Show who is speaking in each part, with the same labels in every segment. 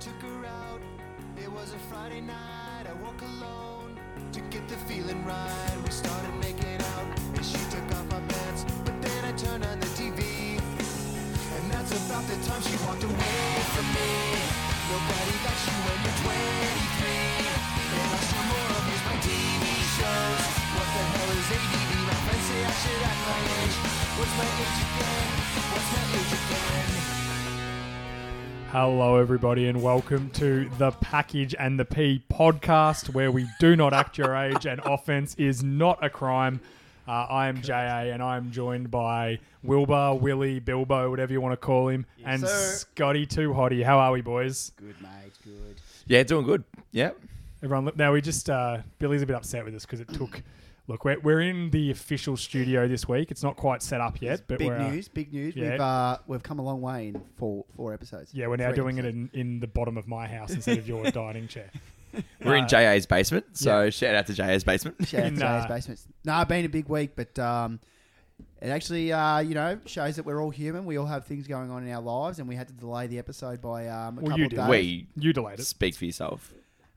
Speaker 1: took her out. It was a Friday night, I walk alone to get the feeling right. We started making out, and she took off my pants. But then I turned on the TV, and that's about the time she walked away from me. Nobody likes you when you're 23, and I still more abuse my TV shows. What the hell is ADD? My friends say I should act my age. What's my age again? What's my age again?
Speaker 2: Hello, everybody, and welcome to the Package and the P podcast, where we do not act your age and offense is not a crime. Uh, I am JA, and I am joined by Wilbur, Willie, Bilbo, whatever you want to call him, and
Speaker 3: sir.
Speaker 2: Scotty Too Hottie. How are we, boys?
Speaker 3: Good, mate. Good.
Speaker 4: Yeah, doing good. Yeah.
Speaker 2: Everyone, look, now we just uh, Billy's a bit upset with us because it took. Look, we're, we're in the official studio this week. It's not quite set up yet, but
Speaker 3: big
Speaker 2: we're, uh,
Speaker 3: news. Big news.
Speaker 2: yeah.
Speaker 3: We've uh, we've come a long way in four four episodes.
Speaker 2: yeah, we're now
Speaker 3: Three
Speaker 2: doing it
Speaker 3: episodes.
Speaker 2: in, in the bottom of my house instead of your dining chair.
Speaker 4: We're in
Speaker 2: Uh,
Speaker 4: JA's basement, so shout out to JA's basement.
Speaker 3: Shout out to
Speaker 2: in,
Speaker 3: today's
Speaker 2: uh,
Speaker 3: basements. No, been a big week, but um, it actually uh, you know shows that we're all human. We all have things going on in our lives, and we had to delay the episode by um, a
Speaker 2: Well,
Speaker 3: couple
Speaker 2: you
Speaker 3: of
Speaker 2: did.
Speaker 3: days.
Speaker 4: we
Speaker 2: You delayed it.
Speaker 4: speak for yourself.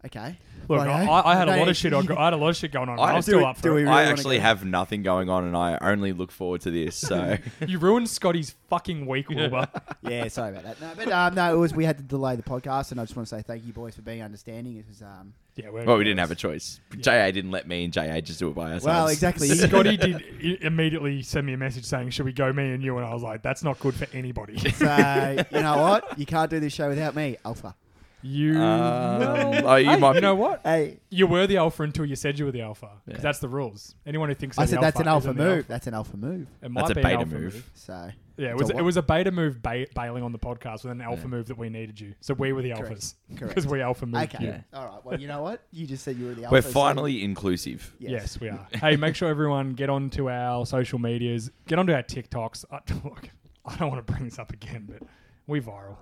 Speaker 3: Okay.
Speaker 2: Look, I,
Speaker 3: Righto.
Speaker 2: I, I had a
Speaker 3: No,
Speaker 2: lot
Speaker 3: you-
Speaker 2: of shit. On, I had a lot of shit going on.
Speaker 4: I-
Speaker 2: I, am
Speaker 4: Do
Speaker 2: still
Speaker 3: we-
Speaker 2: up
Speaker 3: eh? do
Speaker 2: for
Speaker 3: we
Speaker 2: it.
Speaker 3: really
Speaker 4: I
Speaker 3: wanna
Speaker 4: actually
Speaker 3: go-
Speaker 4: have nothing going on, and I only look forward to this. So
Speaker 2: You ruined Scotty's fucking week, Wilbur.
Speaker 3: Yeah, sorry about that. No, but um, no, it was we had to delay the podcast, and I just want to say thank you, boys, for being understanding. It was um,
Speaker 2: yeah, we're,
Speaker 4: well, we didn't have a choice. JA didn't let me and JA just do it by ourselves.
Speaker 3: Well, exactly. You
Speaker 2: Scotty did i- immediately send me a message saying, "Should we go, me and you?" And I was like, "That's not good for anybody."
Speaker 3: so you know what? You can't do this show without me, Alpha.
Speaker 2: you,
Speaker 4: Um,
Speaker 2: well,
Speaker 4: oh, you
Speaker 2: hey,
Speaker 4: might be-
Speaker 2: know what?
Speaker 3: Hey,
Speaker 2: You were the alpha until you said you were the alpha. 'cause
Speaker 4: Yeah.
Speaker 2: That's the rules. Anyone who thinks
Speaker 3: I
Speaker 2: they're
Speaker 3: said
Speaker 2: the
Speaker 3: that's an alpha
Speaker 2: isn't the
Speaker 3: move. That's an alpha move.
Speaker 2: It might
Speaker 4: a
Speaker 2: be an
Speaker 4: beta
Speaker 2: alpha move.
Speaker 4: move.
Speaker 3: So
Speaker 2: Yeah, it
Speaker 3: It's a
Speaker 2: was it
Speaker 3: what?
Speaker 2: was a beta move ba- bailing on the podcast with an alpha
Speaker 4: Yeah.
Speaker 2: move that we needed you. So we were the
Speaker 3: Correct.
Speaker 2: alphas
Speaker 3: Correct.
Speaker 2: because we alpha moved
Speaker 3: Okay.
Speaker 2: you.
Speaker 3: All right. Well, you know what? You just said you were the alpha.
Speaker 4: We're
Speaker 3: so-
Speaker 4: finally inclusive.
Speaker 2: Yes. we are. hey, make sure everyone get onto our social medias, get onto our TikToks. I, look, I don't want to bring this up again, but we viral.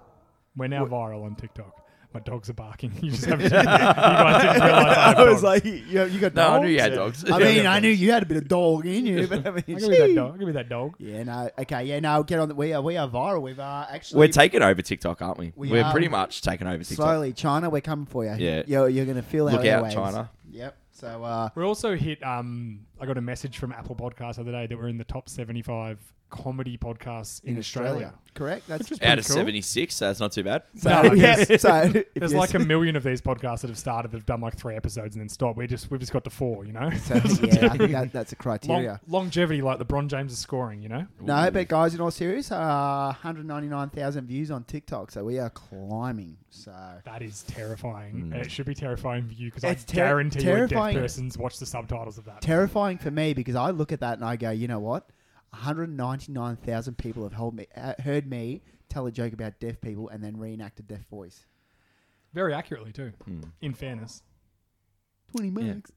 Speaker 2: We're now viral on TikTok. My dogs are barking. You just have you guys didn't realize I,
Speaker 3: I was like, you, you got
Speaker 4: No,
Speaker 3: dogs?
Speaker 4: I knew you had dogs.
Speaker 3: I mean, I knew you had a bit of dog in you, but I mean,
Speaker 2: give me that
Speaker 3: gee.
Speaker 2: dog. Give me that dog.
Speaker 3: Yeah, no, okay, yeah, no, get on. The, we are we are viral. We've uh, actually
Speaker 4: we're taking over TikTok, aren't we?
Speaker 3: We
Speaker 4: We are
Speaker 3: are.
Speaker 4: pretty much taking over TikTok.
Speaker 3: slowly China. We're coming for you.
Speaker 4: Yeah.
Speaker 3: you're, you're gonna feel
Speaker 4: Look
Speaker 3: our
Speaker 4: out,
Speaker 3: airwaves.
Speaker 4: China.
Speaker 3: Yep. So uh,
Speaker 2: We're also hit. Um, I got a message from Apple Podcast the other day that we're in the top seventy-five comedy podcasts in, Australia.
Speaker 3: correct? That's
Speaker 2: Which is
Speaker 4: Out
Speaker 2: pretty
Speaker 4: of
Speaker 2: cool.
Speaker 4: 76, so that's not too bad.
Speaker 3: so.
Speaker 2: No,
Speaker 3: yes.
Speaker 2: there's-
Speaker 3: so if
Speaker 2: There's
Speaker 3: you're-
Speaker 2: like a million of these podcasts that have started that have done like three episodes and then stopped. We just we've just got to four, you know.
Speaker 3: So, yeah, I think that, that's a criteria.
Speaker 2: Long, longevity like LeBron James is scoring, you know.
Speaker 3: No, but guys, in all serious, uh, 199,000 views on TikTok, so we are climbing. So
Speaker 2: That is terrifying. And it should be terrifying for you because I
Speaker 3: Mm. It's ter-
Speaker 2: guarantee
Speaker 3: terrifying.
Speaker 2: you a deaf person's watched the subtitles of that.
Speaker 3: terrifying for me because I look at that and I go, you know what? 199,000 people have held me, uh, heard me tell a joke about deaf people and then reenact a deaf voice.
Speaker 2: Very accurately, too, in fairness.
Speaker 3: 20 marks.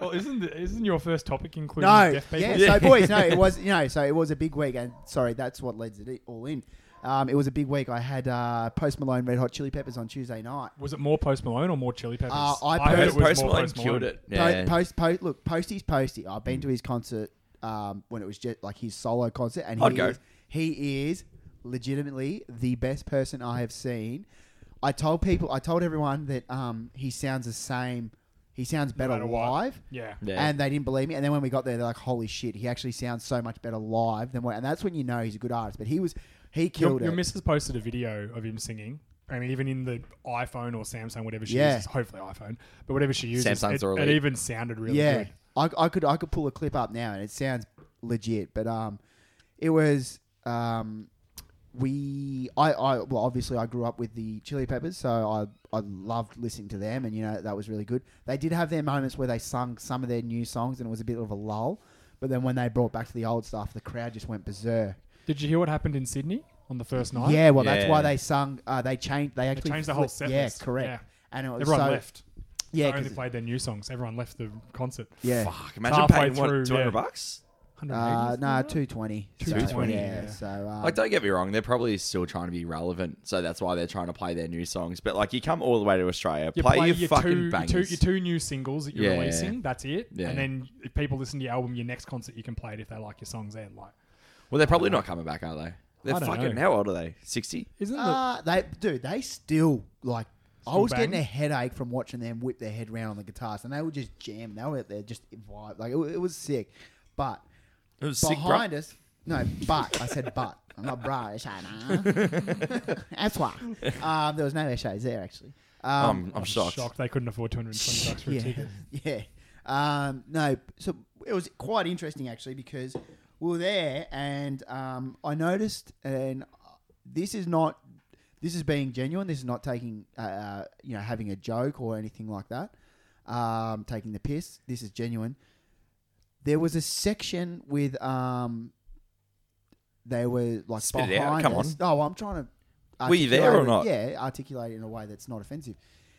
Speaker 2: Well, isn't the, isn't your first topic including
Speaker 3: No,
Speaker 2: deaf people?
Speaker 3: yeah, so boys, no, it was, you know, so it was a big week. And sorry, that's what leads it all in. Um, it was a big week. I had uh, Post Malone Red Hot Chili Peppers on Tuesday night.
Speaker 2: Was it more Post Malone or more Chili Peppers?
Speaker 3: Uh, I
Speaker 2: heard
Speaker 3: Post-
Speaker 2: it was
Speaker 4: Post
Speaker 2: more
Speaker 4: Malone
Speaker 2: Post
Speaker 4: killed it.
Speaker 3: Po-
Speaker 4: Yeah.
Speaker 3: Post, post, look, Posty's Posty. I've been to his concert um, when it was just like his solo concert, and
Speaker 4: I'd
Speaker 3: he
Speaker 4: go.
Speaker 3: is, he is legitimately the best person I have seen. I told people, I told everyone that um, he sounds the same. He sounds better
Speaker 2: matter what.
Speaker 3: live,
Speaker 2: Yeah.
Speaker 4: Yeah.
Speaker 3: and they didn't believe me. And then when we got there, they're like, "Holy shit! He actually sounds so much better live than what." And that's when you know he's a good artist. But he was, he
Speaker 2: Your,
Speaker 3: killed
Speaker 2: your
Speaker 3: it.
Speaker 2: missus posted a video of him singing. I mean, even in the iPhone or Samsung, whatever she
Speaker 3: Yeah.
Speaker 2: uses, hopefully iPhone, but whatever she uses,
Speaker 4: Samsungs
Speaker 2: it,
Speaker 4: are
Speaker 2: it
Speaker 4: elite.
Speaker 2: even sounded really
Speaker 3: yeah,
Speaker 2: good.
Speaker 3: I, I could I could pull a clip up now, and it sounds legit. But um, it was um, we I I well obviously I grew up with the Chili Peppers, so I I loved listening to them, and you know that was really good. They did have their moments where they sung some of their new songs, and it was a bit of a lull. But then when they brought back to the old stuff, the crowd just went berserk.
Speaker 2: Did you hear what happened in Sydney on the first night?
Speaker 3: Yeah, well that's
Speaker 4: Yeah.
Speaker 3: why they sung. Uh, they changed. They actually
Speaker 2: changed the whole
Speaker 3: flipped-
Speaker 2: set
Speaker 3: Yeah,
Speaker 2: list.
Speaker 3: correct.
Speaker 2: Yeah.
Speaker 3: And it was
Speaker 2: Everyone
Speaker 3: so,
Speaker 2: left.
Speaker 3: Yeah,
Speaker 2: they only
Speaker 3: 'cause-
Speaker 2: played their new songs. Everyone left the concert.
Speaker 3: yeah.
Speaker 4: Fuck, imagine
Speaker 2: halfway
Speaker 4: paying, what,
Speaker 2: through,
Speaker 4: 200
Speaker 2: yeah.
Speaker 4: bucks?
Speaker 2: 180
Speaker 3: Uh,
Speaker 2: isn't
Speaker 3: no,
Speaker 2: it?
Speaker 3: two twenty.
Speaker 4: 220,
Speaker 3: Yeah.
Speaker 2: yeah.
Speaker 3: So um,
Speaker 4: Like, don't get me wrong, they're probably still trying to be relevant, so that's why they're trying to play their new songs. But like, you come all the way to Australia, play, your, fucking
Speaker 2: two,
Speaker 4: bangers.
Speaker 2: Your two, your two new singles that you're
Speaker 4: Yeah.
Speaker 2: releasing. That's it.
Speaker 4: Yeah.
Speaker 2: And then if people listen to your album, your next concert you can play it if they like your songs and like.
Speaker 4: well, they're probably not coming back, are they? They're
Speaker 2: I don't
Speaker 4: fucking
Speaker 2: know.
Speaker 4: how old are they? Sixty?
Speaker 2: Isn't the
Speaker 3: Uh, they dude, they still like. I
Speaker 2: Still
Speaker 3: was getting
Speaker 2: bang?
Speaker 3: a headache from watching them whip their head round on the guitars, and they were just jamming. They were out there just vibe, like it, wa- it was sick. But
Speaker 4: It was sick, bro.
Speaker 3: behind us, no, but I said but. I'm not bra. It's like, nah. That's why. Um, there was no SAs there actually.
Speaker 4: I'm,
Speaker 3: Um,
Speaker 4: I'm shocked.
Speaker 2: they couldn't afford 220 bucks for a
Speaker 3: yeah,
Speaker 2: ticket?
Speaker 3: yeah. Um, no, so it was quite interesting actually because we were there, and um, I noticed, and this is not, this is being genuine. This is not taking, uh, uh, you know, having a joke or anything like that. Um, taking the piss. This is genuine. There was a section with, um, they were like
Speaker 4: Spit
Speaker 3: behind
Speaker 4: it out, come
Speaker 3: us. Oh, I'm trying to.
Speaker 4: Were you there or
Speaker 3: articulate it- Yeah, articulate it in a way that's not offensive.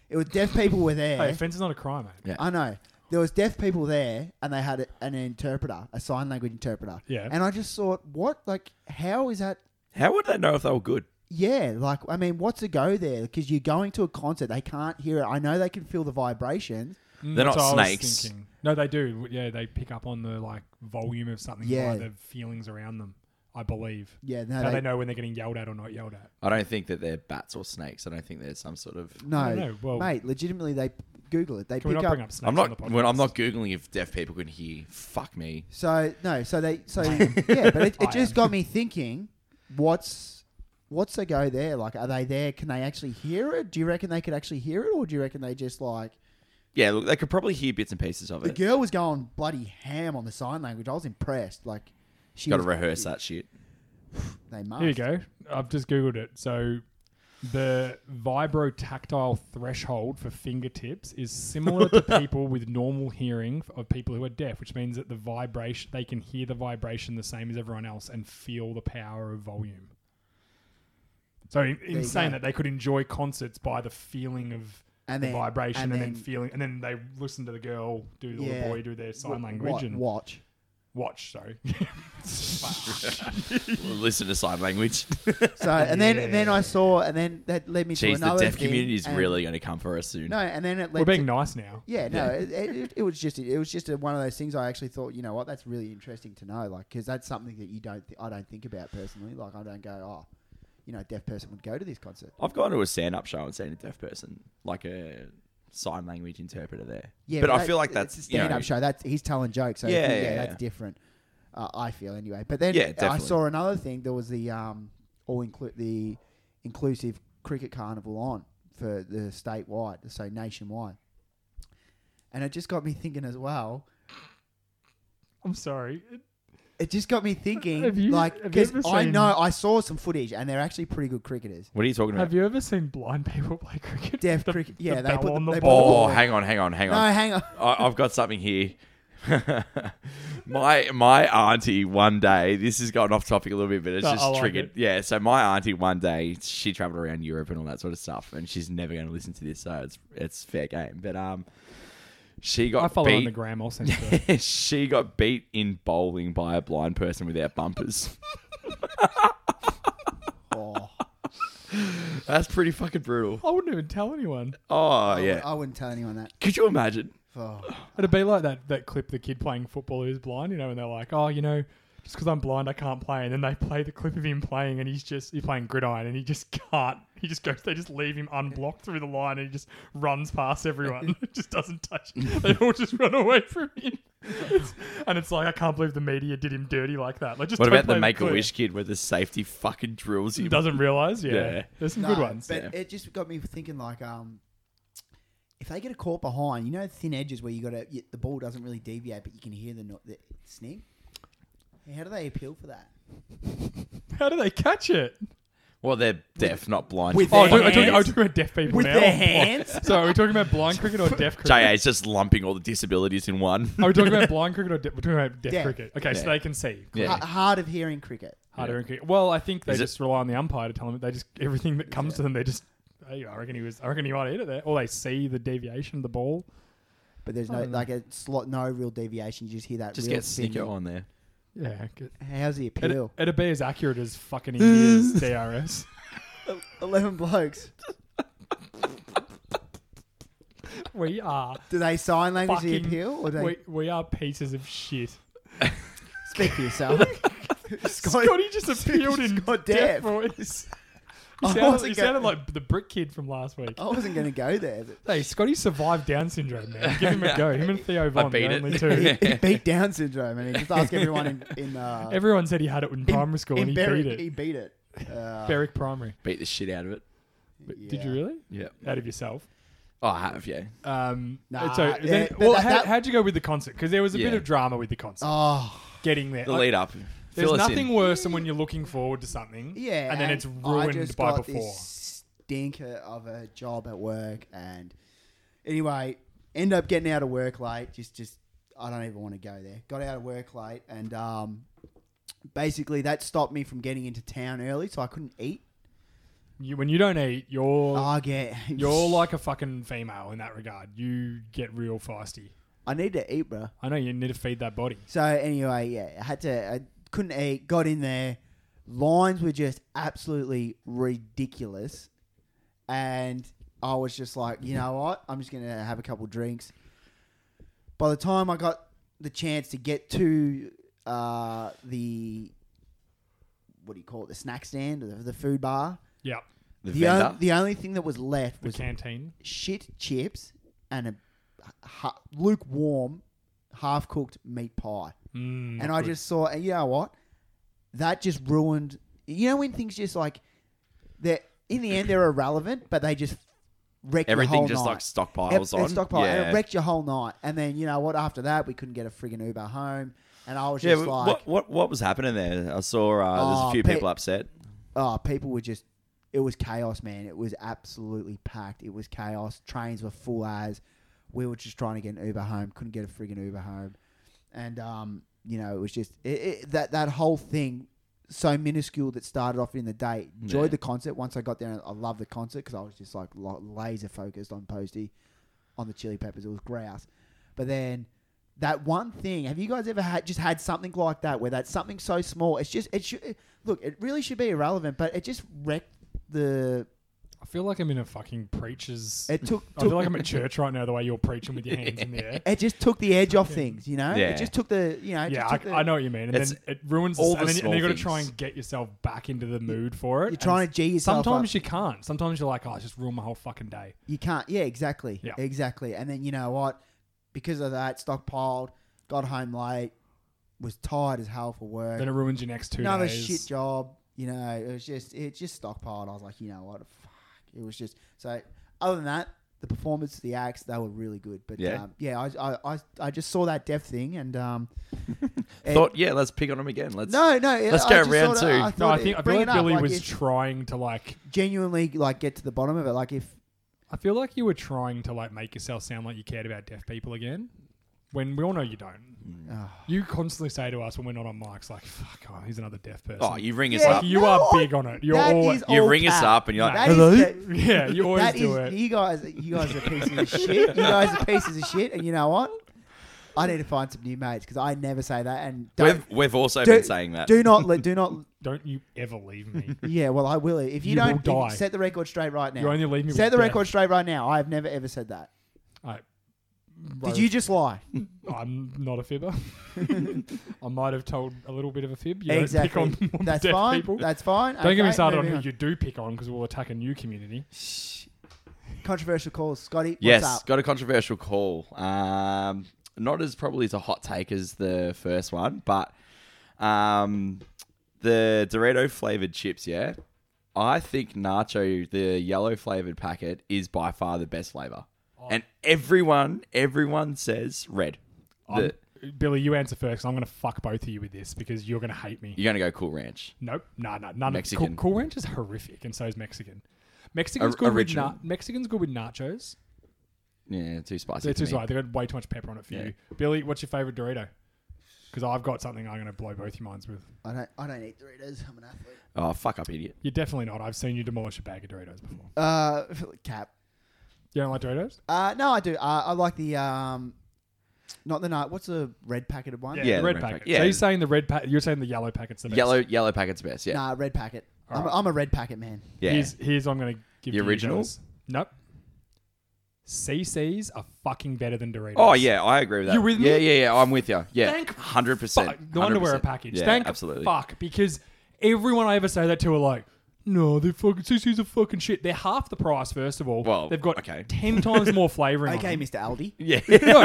Speaker 3: It was deaf people were there.
Speaker 2: Hey, offense is not a crime, mate.
Speaker 4: Yeah.
Speaker 3: I know. There was deaf people there, and they had a, an interpreter, a sign language interpreter.
Speaker 2: Yeah.
Speaker 3: And I just thought, what? Like, how is that?
Speaker 4: How would they know if they were good?
Speaker 3: Yeah. Like, I mean, what's the go there? Because you're going to a concert, they can't hear it. I know they can feel the vibrations.
Speaker 2: Mm,
Speaker 4: They're
Speaker 2: that's
Speaker 4: not
Speaker 2: what I was
Speaker 4: snakes.
Speaker 2: thinking. No, they do. Yeah, they pick up on the like volume of something
Speaker 3: Yeah.
Speaker 2: by the feelings around them. I believe.
Speaker 3: Yeah. No.
Speaker 2: How
Speaker 3: They,
Speaker 2: they know when they're getting yelled at or not yelled at.
Speaker 4: I don't think that they're bats or snakes. I don't think they're some sort of.
Speaker 3: no.
Speaker 2: I don't know, well-
Speaker 3: mate, legitimately, they Google it. They
Speaker 2: Can we
Speaker 3: pick
Speaker 2: not
Speaker 3: up.
Speaker 2: bring up snakes
Speaker 4: I'm
Speaker 2: on the
Speaker 4: not.
Speaker 2: podcast?
Speaker 4: When I'm not googling if deaf people can hear. Fuck me.
Speaker 3: So no. So they. So yeah. But it,
Speaker 2: I
Speaker 3: it just
Speaker 2: am.
Speaker 3: got me thinking. What's What's the go there? Like, are they there? Can they actually hear it? Do you reckon they could actually hear it, or do you reckon they just like?
Speaker 4: Yeah, look, they could probably hear bits and pieces of
Speaker 3: The
Speaker 4: it.
Speaker 3: girl was going bloody ham on the sign language. I was impressed. Like she
Speaker 4: Got to
Speaker 3: was-
Speaker 4: rehearse that shit.
Speaker 3: They must.
Speaker 2: Here you go. I've just googled it. So the vibrotactile threshold for fingertips is similar to people with normal hearing of people who are deaf, which means that the vibration they can hear the vibration the same as everyone else and feel the power of volume. So in,
Speaker 3: you
Speaker 2: in saying
Speaker 3: go.
Speaker 2: that they could enjoy concerts by the feeling of
Speaker 3: And
Speaker 2: the
Speaker 3: then-
Speaker 2: vibration and,
Speaker 3: and
Speaker 2: then,
Speaker 3: then-
Speaker 2: feeling and then they listen to the girl do the
Speaker 3: Yeah.
Speaker 2: little boy do their sign
Speaker 3: Wa-
Speaker 2: language
Speaker 3: wa-
Speaker 2: and
Speaker 3: watch.
Speaker 2: watch, sorry.
Speaker 4: Listen to sign language.
Speaker 3: So and then and then I saw and then that led me
Speaker 4: Jeez,
Speaker 3: to another.
Speaker 4: the deaf
Speaker 3: thing,
Speaker 4: community is
Speaker 3: and-
Speaker 4: really going to come for us soon.
Speaker 3: no, and then it led.
Speaker 2: We're being
Speaker 3: to,
Speaker 2: nice now.
Speaker 3: yeah, no, It, it, it was just it was just a, one of those things. I actually thought, you know what, that's really interesting to know, like because that's something that you don't th- I don't think about personally. Like I don't go, oh, you know, a deaf person would go to this concert.
Speaker 4: I've gone to a stand-up show and seen a deaf person, like a sign language interpreter there.
Speaker 3: Yeah,
Speaker 4: but, I
Speaker 3: that-
Speaker 4: feel like
Speaker 3: it's
Speaker 4: that's
Speaker 3: a stand-up
Speaker 4: you know,
Speaker 3: show. That's he's telling jokes. So
Speaker 4: Yeah,
Speaker 3: yeah,
Speaker 4: yeah,
Speaker 3: yeah,
Speaker 4: yeah.
Speaker 3: that's different. Uh, I feel anyway. But then
Speaker 4: Yeah,
Speaker 3: I
Speaker 4: definitely.
Speaker 3: saw another thing. There was the um, all include the inclusive cricket carnival on for the statewide, so nationwide. And it just got me thinking as well.
Speaker 2: I'm sorry.
Speaker 3: It just got me thinking,
Speaker 2: Have you-
Speaker 3: like,
Speaker 2: have you
Speaker 3: because
Speaker 2: ever
Speaker 3: I
Speaker 2: seen-
Speaker 3: know I saw some footage, and they're actually pretty good cricketers.
Speaker 4: What are you talking about?
Speaker 2: Have you ever seen blind people play cricket?
Speaker 3: Deaf
Speaker 2: The-
Speaker 3: cricket,
Speaker 2: the
Speaker 3: yeah, they
Speaker 2: bell
Speaker 3: put the,
Speaker 2: on the
Speaker 3: they put
Speaker 4: oh,
Speaker 3: ball-
Speaker 4: hang on, hang on, hang
Speaker 3: no,
Speaker 4: on.
Speaker 3: hang on.
Speaker 4: I, I've got something here. my my auntie one day this has gone off topic a little bit but it's
Speaker 2: No,
Speaker 4: just
Speaker 2: I like
Speaker 4: triggered
Speaker 2: it.
Speaker 4: yeah so my auntie one day she traveled around europe and all that sort of stuff and she's never going to listen to this so it's it's fair game but um she got
Speaker 2: I follow on
Speaker 4: beat
Speaker 2: the gram. I'll send you. that.
Speaker 4: she got beat in bowling by a blind person without bumpers
Speaker 3: Oh,
Speaker 4: that's pretty fucking brutal
Speaker 2: I wouldn't even tell anyone.
Speaker 4: oh
Speaker 3: I wouldn't-
Speaker 4: yeah
Speaker 3: I wouldn't tell anyone that.
Speaker 4: could you imagine
Speaker 3: Oh.
Speaker 2: It'd be like that that clip the kid playing football who's blind, you know, and they're like, oh, you know, just because I'm blind, I can't play. And then they play the clip of him playing, and he's just he's playing gridiron, and he just can't. He just goes. They just leave him unblocked through the line, and he just runs past everyone. just doesn't touch. They all just run away from him. It's- and it's like I can't believe the media did him dirty like that. Like just
Speaker 4: what
Speaker 2: don't
Speaker 4: about
Speaker 2: play
Speaker 4: the make-a-wish
Speaker 2: clip.
Speaker 4: kid where the safety fucking drills him
Speaker 2: Doesn't realize, yeah.
Speaker 4: Yeah.
Speaker 2: There's some
Speaker 3: No,
Speaker 2: good ones.
Speaker 3: But
Speaker 4: Yeah.
Speaker 3: it just got me thinking, like, um, if they get a caught behind, you know, thin edges where you got to the ball doesn't really deviate, but you can hear the, no- the snig. How do they appeal for that?
Speaker 2: How do they catch it?
Speaker 4: Well, they're deaf, not blind.
Speaker 3: with
Speaker 2: Oh,
Speaker 3: their
Speaker 2: I talk, I talk,
Speaker 3: hands.
Speaker 2: I was talking about deaf people
Speaker 3: With
Speaker 2: now.
Speaker 3: their hands?
Speaker 2: so are we talking about blind cricket or deaf
Speaker 4: JA
Speaker 2: cricket?
Speaker 4: is just lumping all the disabilities in one.
Speaker 2: Are we talking about blind cricket or de- we're talking about deaf
Speaker 3: Deaf.
Speaker 2: cricket? Okay,
Speaker 4: Yeah.
Speaker 2: so they can see.
Speaker 4: Yeah.
Speaker 3: H- hard of hearing cricket.
Speaker 2: Harder and cricket. Well, I think they
Speaker 4: Is it-
Speaker 2: just rely on the umpire to tell them. They just everything that comes to them, they just. I I reckon he was. I reckon he might have hit it there, or they see the deviation of the ball.
Speaker 3: But there's no, like, a slot, no real deviation. You just hear that
Speaker 4: just
Speaker 3: real
Speaker 4: get
Speaker 3: thin-
Speaker 4: Snicker on there.
Speaker 2: Yeah, good.
Speaker 3: How's the
Speaker 2: It,
Speaker 3: appeal?
Speaker 2: it'd be as accurate as fucking he is DRS.
Speaker 3: 11 blokes.
Speaker 2: We are
Speaker 3: Do they sign language the
Speaker 2: fucking.
Speaker 3: appeal? Or do they
Speaker 2: we, we are pieces of shit.
Speaker 3: speak for yourself? Scotty-
Speaker 2: Scotty just appealed in
Speaker 3: Scott Oh,
Speaker 2: death
Speaker 3: Depp.
Speaker 2: voice. He
Speaker 3: I
Speaker 2: sounded,
Speaker 3: wasn't
Speaker 2: he
Speaker 3: go-
Speaker 2: sounded like the brick kid from last week.
Speaker 3: I wasn't going to go there. but-
Speaker 2: Hey, Scotty survived Down syndrome, man. Give him a go. Him and Theo Von
Speaker 4: beat
Speaker 2: the
Speaker 4: it.
Speaker 2: only
Speaker 3: He,
Speaker 2: two.
Speaker 3: he beat Down syndrome, and he just asked everyone in, in uh,
Speaker 2: Everyone said he had it in
Speaker 3: in-
Speaker 2: primary school, and
Speaker 3: in
Speaker 2: he
Speaker 3: Berwick,
Speaker 2: beat it.
Speaker 3: He beat it. Uh,
Speaker 2: Berwick Primary.
Speaker 4: Beat the shit out of it.
Speaker 2: But Did
Speaker 3: yeah.
Speaker 2: you really?
Speaker 4: Yeah.
Speaker 2: Out of yourself.
Speaker 4: Oh, I have, yeah.
Speaker 2: Um,
Speaker 3: Nah,
Speaker 2: so
Speaker 3: yeah,
Speaker 2: then-
Speaker 3: but
Speaker 2: well,
Speaker 3: that-
Speaker 2: how,
Speaker 3: that-
Speaker 2: how'd you go with the concert? Because there was a bit
Speaker 4: Yeah.
Speaker 2: of drama with the concert.
Speaker 3: Oh,
Speaker 2: Getting there,
Speaker 4: The
Speaker 2: Like,
Speaker 4: lead up.
Speaker 2: there's
Speaker 4: Fill us in.
Speaker 2: nothing worse than when you're looking forward to something,
Speaker 3: yeah.
Speaker 2: and then it's
Speaker 3: I
Speaker 2: ruined
Speaker 3: just
Speaker 2: by
Speaker 3: got
Speaker 2: before.
Speaker 3: This stinker of a job at work, and anyway, end up getting out of work late. Just, just I don't even want to go there. Got out of work late, and um, basically that stopped me from getting into town early, so I couldn't eat. Oh,
Speaker 2: You, when you don't eat, you're
Speaker 3: I get
Speaker 2: you're like a fucking female in that regard. You get real feisty.
Speaker 3: I need to eat, bro.
Speaker 2: I know you need to feed that body.
Speaker 3: So anyway, yeah, I had to. I couldn't eat. Got in there. Lines were just absolutely ridiculous, and I was just like, you know what? I'm just gonna have a couple drinks. By the time I got the chance to get to uh, the what do you call it? The snack stand, the, the food bar.
Speaker 2: Yeah,
Speaker 4: The,
Speaker 3: the,
Speaker 4: vendor.
Speaker 3: on- the only thing that was left
Speaker 2: the
Speaker 3: was
Speaker 2: canteen.
Speaker 3: shit chips and a ha- lukewarm, half cooked meat pie
Speaker 2: Mm,
Speaker 3: and I
Speaker 2: good.
Speaker 3: just saw, and you know what? That just ruined. You know when things just like they're in the end they're irrelevant, but they just wreck your
Speaker 4: Everything
Speaker 3: whole
Speaker 4: just
Speaker 3: night.
Speaker 4: like stockpiles
Speaker 3: Ev-
Speaker 4: on.
Speaker 3: it's stockpile, and
Speaker 4: Yeah.
Speaker 3: it wrecked your whole night. And then you know what? After that, we couldn't get a friggin' Uber home, and I was
Speaker 4: Yeah,
Speaker 3: just
Speaker 4: but
Speaker 3: like,
Speaker 4: what, what what was happening there? I saw uh, there's
Speaker 3: Oh,
Speaker 4: a few
Speaker 3: pe-
Speaker 4: people upset.
Speaker 3: oh, people were just. It was chaos, man. It was absolutely packed. It was chaos. Trains were full as. We were just trying to get an Uber home. Couldn't get a friggin' Uber home, and um, you know, it was just it, it, that that whole thing so minuscule that started off in the day. Enjoyed
Speaker 4: Yeah.
Speaker 3: the concert. Once I got there, I loved the concert because I was just like lo- laser focused on Posty, on the Chili Peppers. It was grouse, but then that one thing. Have you guys ever had just had something like that where that's something so small? It's just it should look. It really should be irrelevant, but it just wrecked the.
Speaker 2: I feel like I'm in a fucking preacher's.
Speaker 3: It took.
Speaker 2: Mm. I feel
Speaker 3: took
Speaker 2: like I'm at church right now. The way you're preaching with your hands in the air.
Speaker 3: it just took the edge off things, you know.
Speaker 4: Yeah.
Speaker 3: It just took the, you know. it
Speaker 2: Yeah,
Speaker 3: just
Speaker 2: I,
Speaker 3: took the-
Speaker 2: I know what you mean. And
Speaker 4: It's
Speaker 2: then it ruins
Speaker 4: all
Speaker 2: the, and
Speaker 4: the
Speaker 2: then, and then you got to
Speaker 4: small
Speaker 2: try
Speaker 4: things.
Speaker 2: and get yourself back into the mood for it.
Speaker 3: You're
Speaker 2: and
Speaker 3: trying to G yourself up.
Speaker 2: Sometimes you can't. Sometimes you're like, oh, it's just ruined my whole fucking day.
Speaker 3: You can't. Yeah, exactly.
Speaker 2: Yeah.
Speaker 3: Exactly. And then you know what? Because of that, stockpiled, got home late, was tired as hell for work.
Speaker 2: Then it ruins your next two
Speaker 3: another
Speaker 2: days.
Speaker 3: shit job. You know, it was just it just stockpiled. I was like, you know what, fuck. It was just so. Other than that, the performance, the acts, they were really good. But
Speaker 4: Yeah.
Speaker 3: yeah, um, yeah, I, I I I just saw that deaf thing, and um, it-
Speaker 4: Thought, yeah, let's pick on him again. Let's
Speaker 3: no, no, it-
Speaker 4: let's
Speaker 3: I
Speaker 4: go
Speaker 3: just
Speaker 4: round
Speaker 3: thought it-
Speaker 4: two.
Speaker 3: I
Speaker 2: No,
Speaker 3: thought
Speaker 2: I
Speaker 3: it-
Speaker 2: think I feel
Speaker 3: bring
Speaker 2: like
Speaker 3: it up,
Speaker 2: Billy
Speaker 3: like,
Speaker 2: was
Speaker 3: if
Speaker 2: trying to like.
Speaker 3: genuinely like get to the bottom of it. Like if
Speaker 2: I feel like you were trying to like make yourself sound like you cared about deaf people again, when we all know you don't.
Speaker 3: oh,
Speaker 2: You constantly say to us when we're not on mics, like, "Fuck, oh, he's another deaf person."
Speaker 4: Oh, you ring us
Speaker 3: Yeah,
Speaker 4: up.
Speaker 2: you
Speaker 3: No,
Speaker 2: are
Speaker 3: I-
Speaker 2: big on it. You're
Speaker 3: that
Speaker 2: all.
Speaker 3: is
Speaker 4: You
Speaker 3: all
Speaker 4: ring us
Speaker 3: cap.
Speaker 4: up and you're like,
Speaker 3: That is
Speaker 2: Hello?
Speaker 3: the-
Speaker 2: yeah, you always
Speaker 3: That is
Speaker 2: do it.
Speaker 3: you guys. You guys are pieces of shit. You guys are pieces of shit. And you know what? I need to find some new mates because I never say that. And don't,
Speaker 4: We've, we've also
Speaker 3: do,
Speaker 4: been saying that.
Speaker 3: Do not let. Do not.
Speaker 2: Don't you ever leave me.
Speaker 3: Yeah. Well, I will. If you,
Speaker 2: You
Speaker 3: don't
Speaker 2: will
Speaker 3: if-
Speaker 2: die.
Speaker 3: set the record straight right now.
Speaker 2: You only leave me
Speaker 3: set
Speaker 2: with
Speaker 3: the
Speaker 2: death.
Speaker 3: record straight right now. I have never ever said that.
Speaker 2: I,
Speaker 3: Did you just lie?
Speaker 2: I'm not a fibber. I might have told a little bit of a fib. You
Speaker 3: exactly.
Speaker 2: Don't pick on, on
Speaker 3: That's
Speaker 2: deaf
Speaker 3: fine.
Speaker 2: people.
Speaker 3: That's fine.
Speaker 2: don't get me
Speaker 3: Okay,
Speaker 2: started on
Speaker 3: moving
Speaker 2: who you do pick on because we'll attack a new community.
Speaker 3: Controversial calls, Scotty.
Speaker 4: yes,
Speaker 3: What's up?
Speaker 4: got a controversial call. Um, not as probably as a hot take as the first one, but um, the Dorito flavored chips. Yeah, I think Nacho the yellow flavored packet is by far the best flavor,
Speaker 3: Oh.
Speaker 4: and everyone everyone says red.
Speaker 2: I'm-
Speaker 4: The-
Speaker 2: Billy, you answer first. 'cause I'm going to fuck both of you with this because you're going to hate me.
Speaker 4: you're gonna go Cool Ranch.
Speaker 2: Nope, nah, nah, none. Mexican.
Speaker 4: Mexican.
Speaker 2: Of, cool, cool ranch is horrific, and so is Mexican. Mexican's
Speaker 4: Or-
Speaker 2: good
Speaker 4: original.
Speaker 2: with na- Mexican's good with nachos.
Speaker 4: Yeah, too spicy.
Speaker 2: They're
Speaker 4: for
Speaker 2: too
Speaker 4: me.
Speaker 2: spicy. They got way too much pepper on it for
Speaker 4: Yeah.
Speaker 2: you. Billy, what's your favorite Dorito? Because I've got something I'm going to blow both your minds with.
Speaker 3: I don't. I don't eat Doritos. I'm an athlete.
Speaker 4: Oh fuck up, idiot.
Speaker 2: You're definitely not. I've seen you demolish a bag of Doritos before.
Speaker 3: Uh, cap.
Speaker 2: You don't like Doritos?
Speaker 3: Uh, no, I do. Uh, I like the um, not the night. What's the red packeted one?
Speaker 2: Yeah,
Speaker 4: Yeah,
Speaker 2: the red, packet.
Speaker 4: Yeah.
Speaker 2: So you're saying the red packet? You're saying the yellow packet's the best.
Speaker 4: Yellow yellow packet's best. Yeah,
Speaker 3: Nah, red packet. I'm,
Speaker 2: Alright.
Speaker 3: I'm a red packet man.
Speaker 4: yeah.
Speaker 2: Here's, here's what I'm going to give you
Speaker 4: The original?
Speaker 2: guys. Nope. CCs are fucking better than Doritos.
Speaker 4: Oh yeah, I agree with that.
Speaker 2: You with me?
Speaker 4: Yeah, yeah, yeah. I'm with you. Yeah,
Speaker 2: Thank
Speaker 4: hundred
Speaker 2: fuck,
Speaker 4: percent.
Speaker 2: the underwear package.
Speaker 4: Yeah,
Speaker 2: Thank
Speaker 4: absolutely.
Speaker 2: fuck because everyone I ever say that to are like, no, they fucking CCs are fucking shit. They're half the price. First of all,
Speaker 4: Well,
Speaker 2: they've got
Speaker 4: okay.
Speaker 2: ten times more flavoring.
Speaker 3: Okay,
Speaker 2: on them.
Speaker 3: Mr. Aldi.
Speaker 4: Yeah,
Speaker 2: no,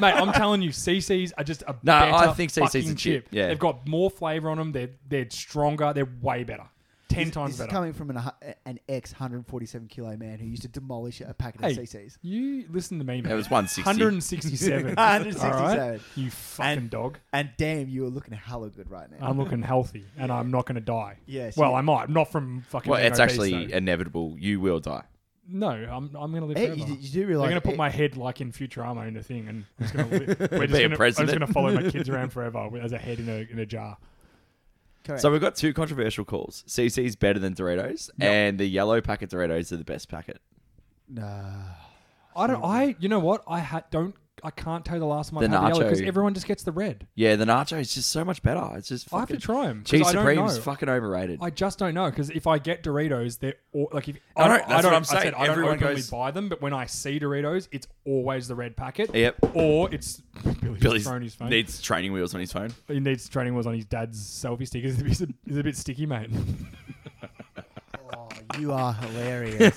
Speaker 2: mate, I'm telling you, CCs are just a
Speaker 4: No,
Speaker 2: better
Speaker 4: I think CCs are
Speaker 2: fucking
Speaker 4: cheap.
Speaker 2: chip.
Speaker 4: Yeah.
Speaker 2: they've got more flavor on them. They're they're stronger. They're way better. Ten times
Speaker 3: This is
Speaker 2: better.
Speaker 3: coming from an, hu- an ex 147 kilo man who used to demolish a packet
Speaker 2: Hey,
Speaker 3: of CCs.
Speaker 2: you listen to me, mate.
Speaker 4: It was 160.
Speaker 2: 167.
Speaker 3: 167.
Speaker 2: All right? You fucking
Speaker 3: And-
Speaker 2: dog.
Speaker 3: And damn, you are looking hella good right now.
Speaker 2: I'm looking healthy and I'm not going to die.
Speaker 3: Yes,
Speaker 2: Well,
Speaker 3: you-
Speaker 2: I might. Not from fucking.
Speaker 4: well,
Speaker 2: being
Speaker 4: it's
Speaker 2: obese,
Speaker 4: actually
Speaker 2: though.
Speaker 4: inevitable. You will die.
Speaker 2: No, I'm, I'm going to live
Speaker 3: Hey,
Speaker 2: forever.
Speaker 3: Eh, you, you do
Speaker 2: They're
Speaker 3: realize
Speaker 2: going to put
Speaker 3: eh,
Speaker 2: my head like in Futurama in the thing, and I'm just gonna, li- we're
Speaker 4: Be a
Speaker 2: just gonna, I'm just
Speaker 4: president.
Speaker 2: going to follow my kids around forever with- as a head in a, in a jar.
Speaker 3: correct.
Speaker 4: So we've got two controversial calls. CC's better than Doritos, and the yellow packet Doritos are the best packet.
Speaker 3: Nah.
Speaker 2: I don't. I. You know what? I ha- don't. I can't tell you the last time
Speaker 4: The
Speaker 2: I had the yellow
Speaker 4: nacho.
Speaker 2: because everyone just gets the red.
Speaker 4: Yeah, the nacho is just so much better. It's just
Speaker 2: I have to
Speaker 4: fucking
Speaker 2: try them.
Speaker 4: cheese
Speaker 2: I don't
Speaker 4: supreme is
Speaker 2: know.
Speaker 4: fucking overrated.
Speaker 2: I just don't know because if I get Doritos, they're all, like if
Speaker 4: I know,
Speaker 2: I
Speaker 4: that's
Speaker 2: don't, I don't
Speaker 4: what I'm
Speaker 2: I
Speaker 4: saying.
Speaker 2: said I don't
Speaker 4: Everyone
Speaker 2: regularly
Speaker 4: goes-
Speaker 2: buy them, but when I see Doritos, it's always the red packet.
Speaker 4: Yep.
Speaker 2: Or it's Billy's,
Speaker 4: Billy's
Speaker 2: thrown his phone.
Speaker 4: needs training wheels on his phone.
Speaker 2: he needs training wheels on his dad's selfie stickers. It's a, it's a bit sticky, mate.
Speaker 3: Oh, you are hilarious.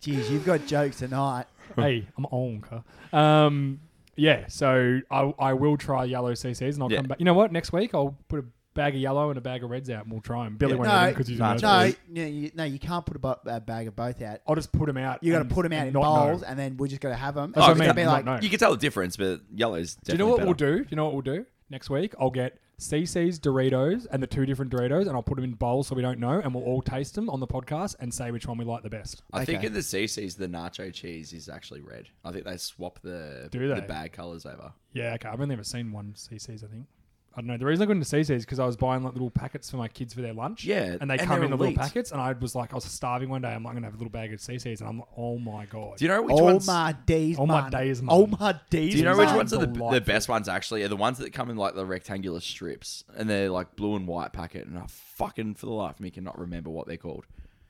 Speaker 3: Jeez, you've got jokes tonight.
Speaker 2: hey, I'm on. cuh. Um, yeah. So I I will try yellow CCs and I'll
Speaker 4: Yeah.
Speaker 2: come back. You know what? Next week I'll put a bag of yellow and a bag of reds out and we'll try them. Billy
Speaker 4: Yeah.
Speaker 2: won't
Speaker 3: No,
Speaker 2: because he's
Speaker 4: no,
Speaker 2: an
Speaker 4: That's
Speaker 3: No,
Speaker 2: athlete.
Speaker 3: no, you, no, you can't put a, bu- a bag of both out.
Speaker 2: I'll just put them out.
Speaker 3: You got to
Speaker 2: and-
Speaker 3: put them out
Speaker 2: and
Speaker 3: in
Speaker 2: not know.
Speaker 3: bowls, and then we're just going to have them.
Speaker 2: That's
Speaker 4: what I mean,
Speaker 3: Be
Speaker 2: not
Speaker 3: like,
Speaker 2: know. No.
Speaker 4: Oh, You can tell the difference, but yellow's
Speaker 2: Do you know what we'll do? Do you know what we'll do? Next week, I'll get CC's Doritos and the two different Doritos, and I'll put them in bowls so we don't know, and we'll all taste them on the podcast and say which one we like the best.
Speaker 4: I think
Speaker 3: Okay.
Speaker 4: in the CC's the nacho cheese is actually red. I think they swap the
Speaker 2: Do
Speaker 4: the
Speaker 2: they?
Speaker 4: bag colors over.
Speaker 2: Yeah, okay. I've only ever seen one CC's, I think. I don't know. The reason I got into CC's because I was buying like little packets for my kids for their lunch.
Speaker 4: Yeah,
Speaker 2: And they
Speaker 4: and
Speaker 2: come
Speaker 4: they're
Speaker 2: in the little
Speaker 4: elite.
Speaker 2: packets, and I was like, I was starving one day. I'm like, going to have a little bag of CC's, and I'm like, oh my God.
Speaker 4: Do you know which
Speaker 3: oh
Speaker 4: ones?
Speaker 3: my days,
Speaker 2: Oh my
Speaker 3: man.
Speaker 2: days,
Speaker 3: Oh
Speaker 2: man.
Speaker 3: my days.
Speaker 4: Do you know which
Speaker 2: Mine.
Speaker 4: ones are the, the
Speaker 2: Delightful.
Speaker 4: best ones? Actually, are the ones that come in like the rectangular strips, and they're like blue and white packet. And I fucking for the life of me cannot remember what they're called.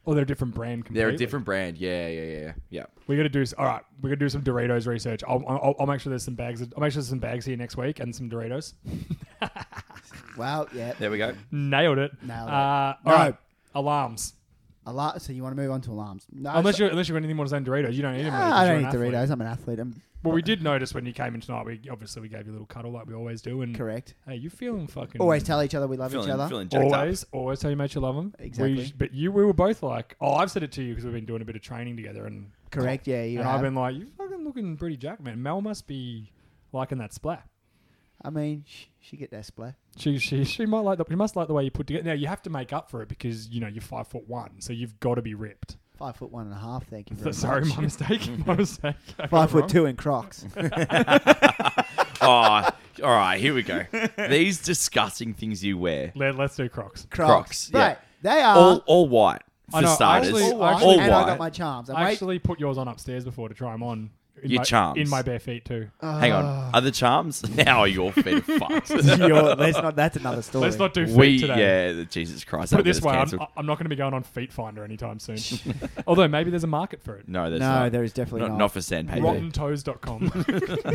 Speaker 2: or they're a different brand completely.
Speaker 4: They're a different brand. Yeah, yeah, yeah, yeah.
Speaker 2: We're gonna do s- all right. We're gonna do some Doritos research. I'll, I'll, I'll make sure there's some bags. I'll make sure there's some bags here next week and some Doritos.
Speaker 3: Well, yeah.
Speaker 4: There we go.
Speaker 2: Nailed it.
Speaker 3: Nailed it.
Speaker 2: Uh,
Speaker 3: No.
Speaker 2: All right. Alarms.
Speaker 3: Alar- so you want to move on to alarms? No,
Speaker 2: Unless
Speaker 3: so-
Speaker 2: you unless you've got anything more to say on Doritos, you don't need them.
Speaker 3: Ah, I don't eat Doritos. I'm an athlete. I'm
Speaker 2: Well, we did notice when you came in tonight. We obviously we gave you a little cuddle like we always do. And
Speaker 3: correct.
Speaker 2: Hey, you feeling fucking
Speaker 3: Always tell each other we love
Speaker 4: Feeling,
Speaker 3: each other.
Speaker 4: feeling jacked up.
Speaker 2: always always tell your mates you love them.
Speaker 3: Exactly.
Speaker 2: but you we were both like, oh, I've said it to you because we've been doing a bit of training together and
Speaker 3: Correct. Yeah, you
Speaker 2: and
Speaker 3: have.
Speaker 2: I've been like, you fucking looking pretty jacked, man. Mel must be liking that splat.
Speaker 3: I mean, sh- she get that splat.
Speaker 2: She, she, she might like the, she must like the way you put together. Now you have to make up for it because you know you're five foot one, so you've got to be ripped.
Speaker 3: Five foot one and a half. Thank you. Very
Speaker 2: Sorry,
Speaker 3: much.
Speaker 2: my mistake. My mistake. I got
Speaker 3: Five
Speaker 2: it
Speaker 3: foot
Speaker 2: wrong.
Speaker 3: two in Crocs.
Speaker 4: oh, all right. Here we go. These disgusting things you wear.
Speaker 2: Let, let's do Crocs.
Speaker 3: Crocs.
Speaker 4: yeah.
Speaker 3: Right. They are
Speaker 4: all all white
Speaker 2: I
Speaker 4: for
Speaker 2: know, I
Speaker 4: starters.
Speaker 2: actually-
Speaker 4: all
Speaker 2: I
Speaker 3: white,
Speaker 2: actually-
Speaker 3: and I
Speaker 4: white.
Speaker 3: got my charms. I'm
Speaker 2: I
Speaker 3: wait-
Speaker 2: actually put yours on upstairs before to try them on. In
Speaker 4: Your
Speaker 2: my,
Speaker 4: charms.
Speaker 2: in my bare feet too.
Speaker 3: Oh,
Speaker 4: Hang on. Are the charms? Now your feet are fucked.
Speaker 3: You're- let's not. That's another story.
Speaker 2: Let's not do feet
Speaker 4: we
Speaker 2: today.
Speaker 4: yeah. the- Jesus Christ.
Speaker 2: Put
Speaker 4: that'll
Speaker 2: it
Speaker 4: get
Speaker 2: this
Speaker 4: us
Speaker 2: way, I'm,
Speaker 4: cancelled.
Speaker 2: I'm not going to be going on Feet Finder anytime soon. Although maybe there's a market for it.
Speaker 4: no,
Speaker 3: No,
Speaker 4: there's not.
Speaker 3: there is definitely
Speaker 4: not,
Speaker 3: not.
Speaker 4: not for sandpaper.
Speaker 2: RottenToes.com.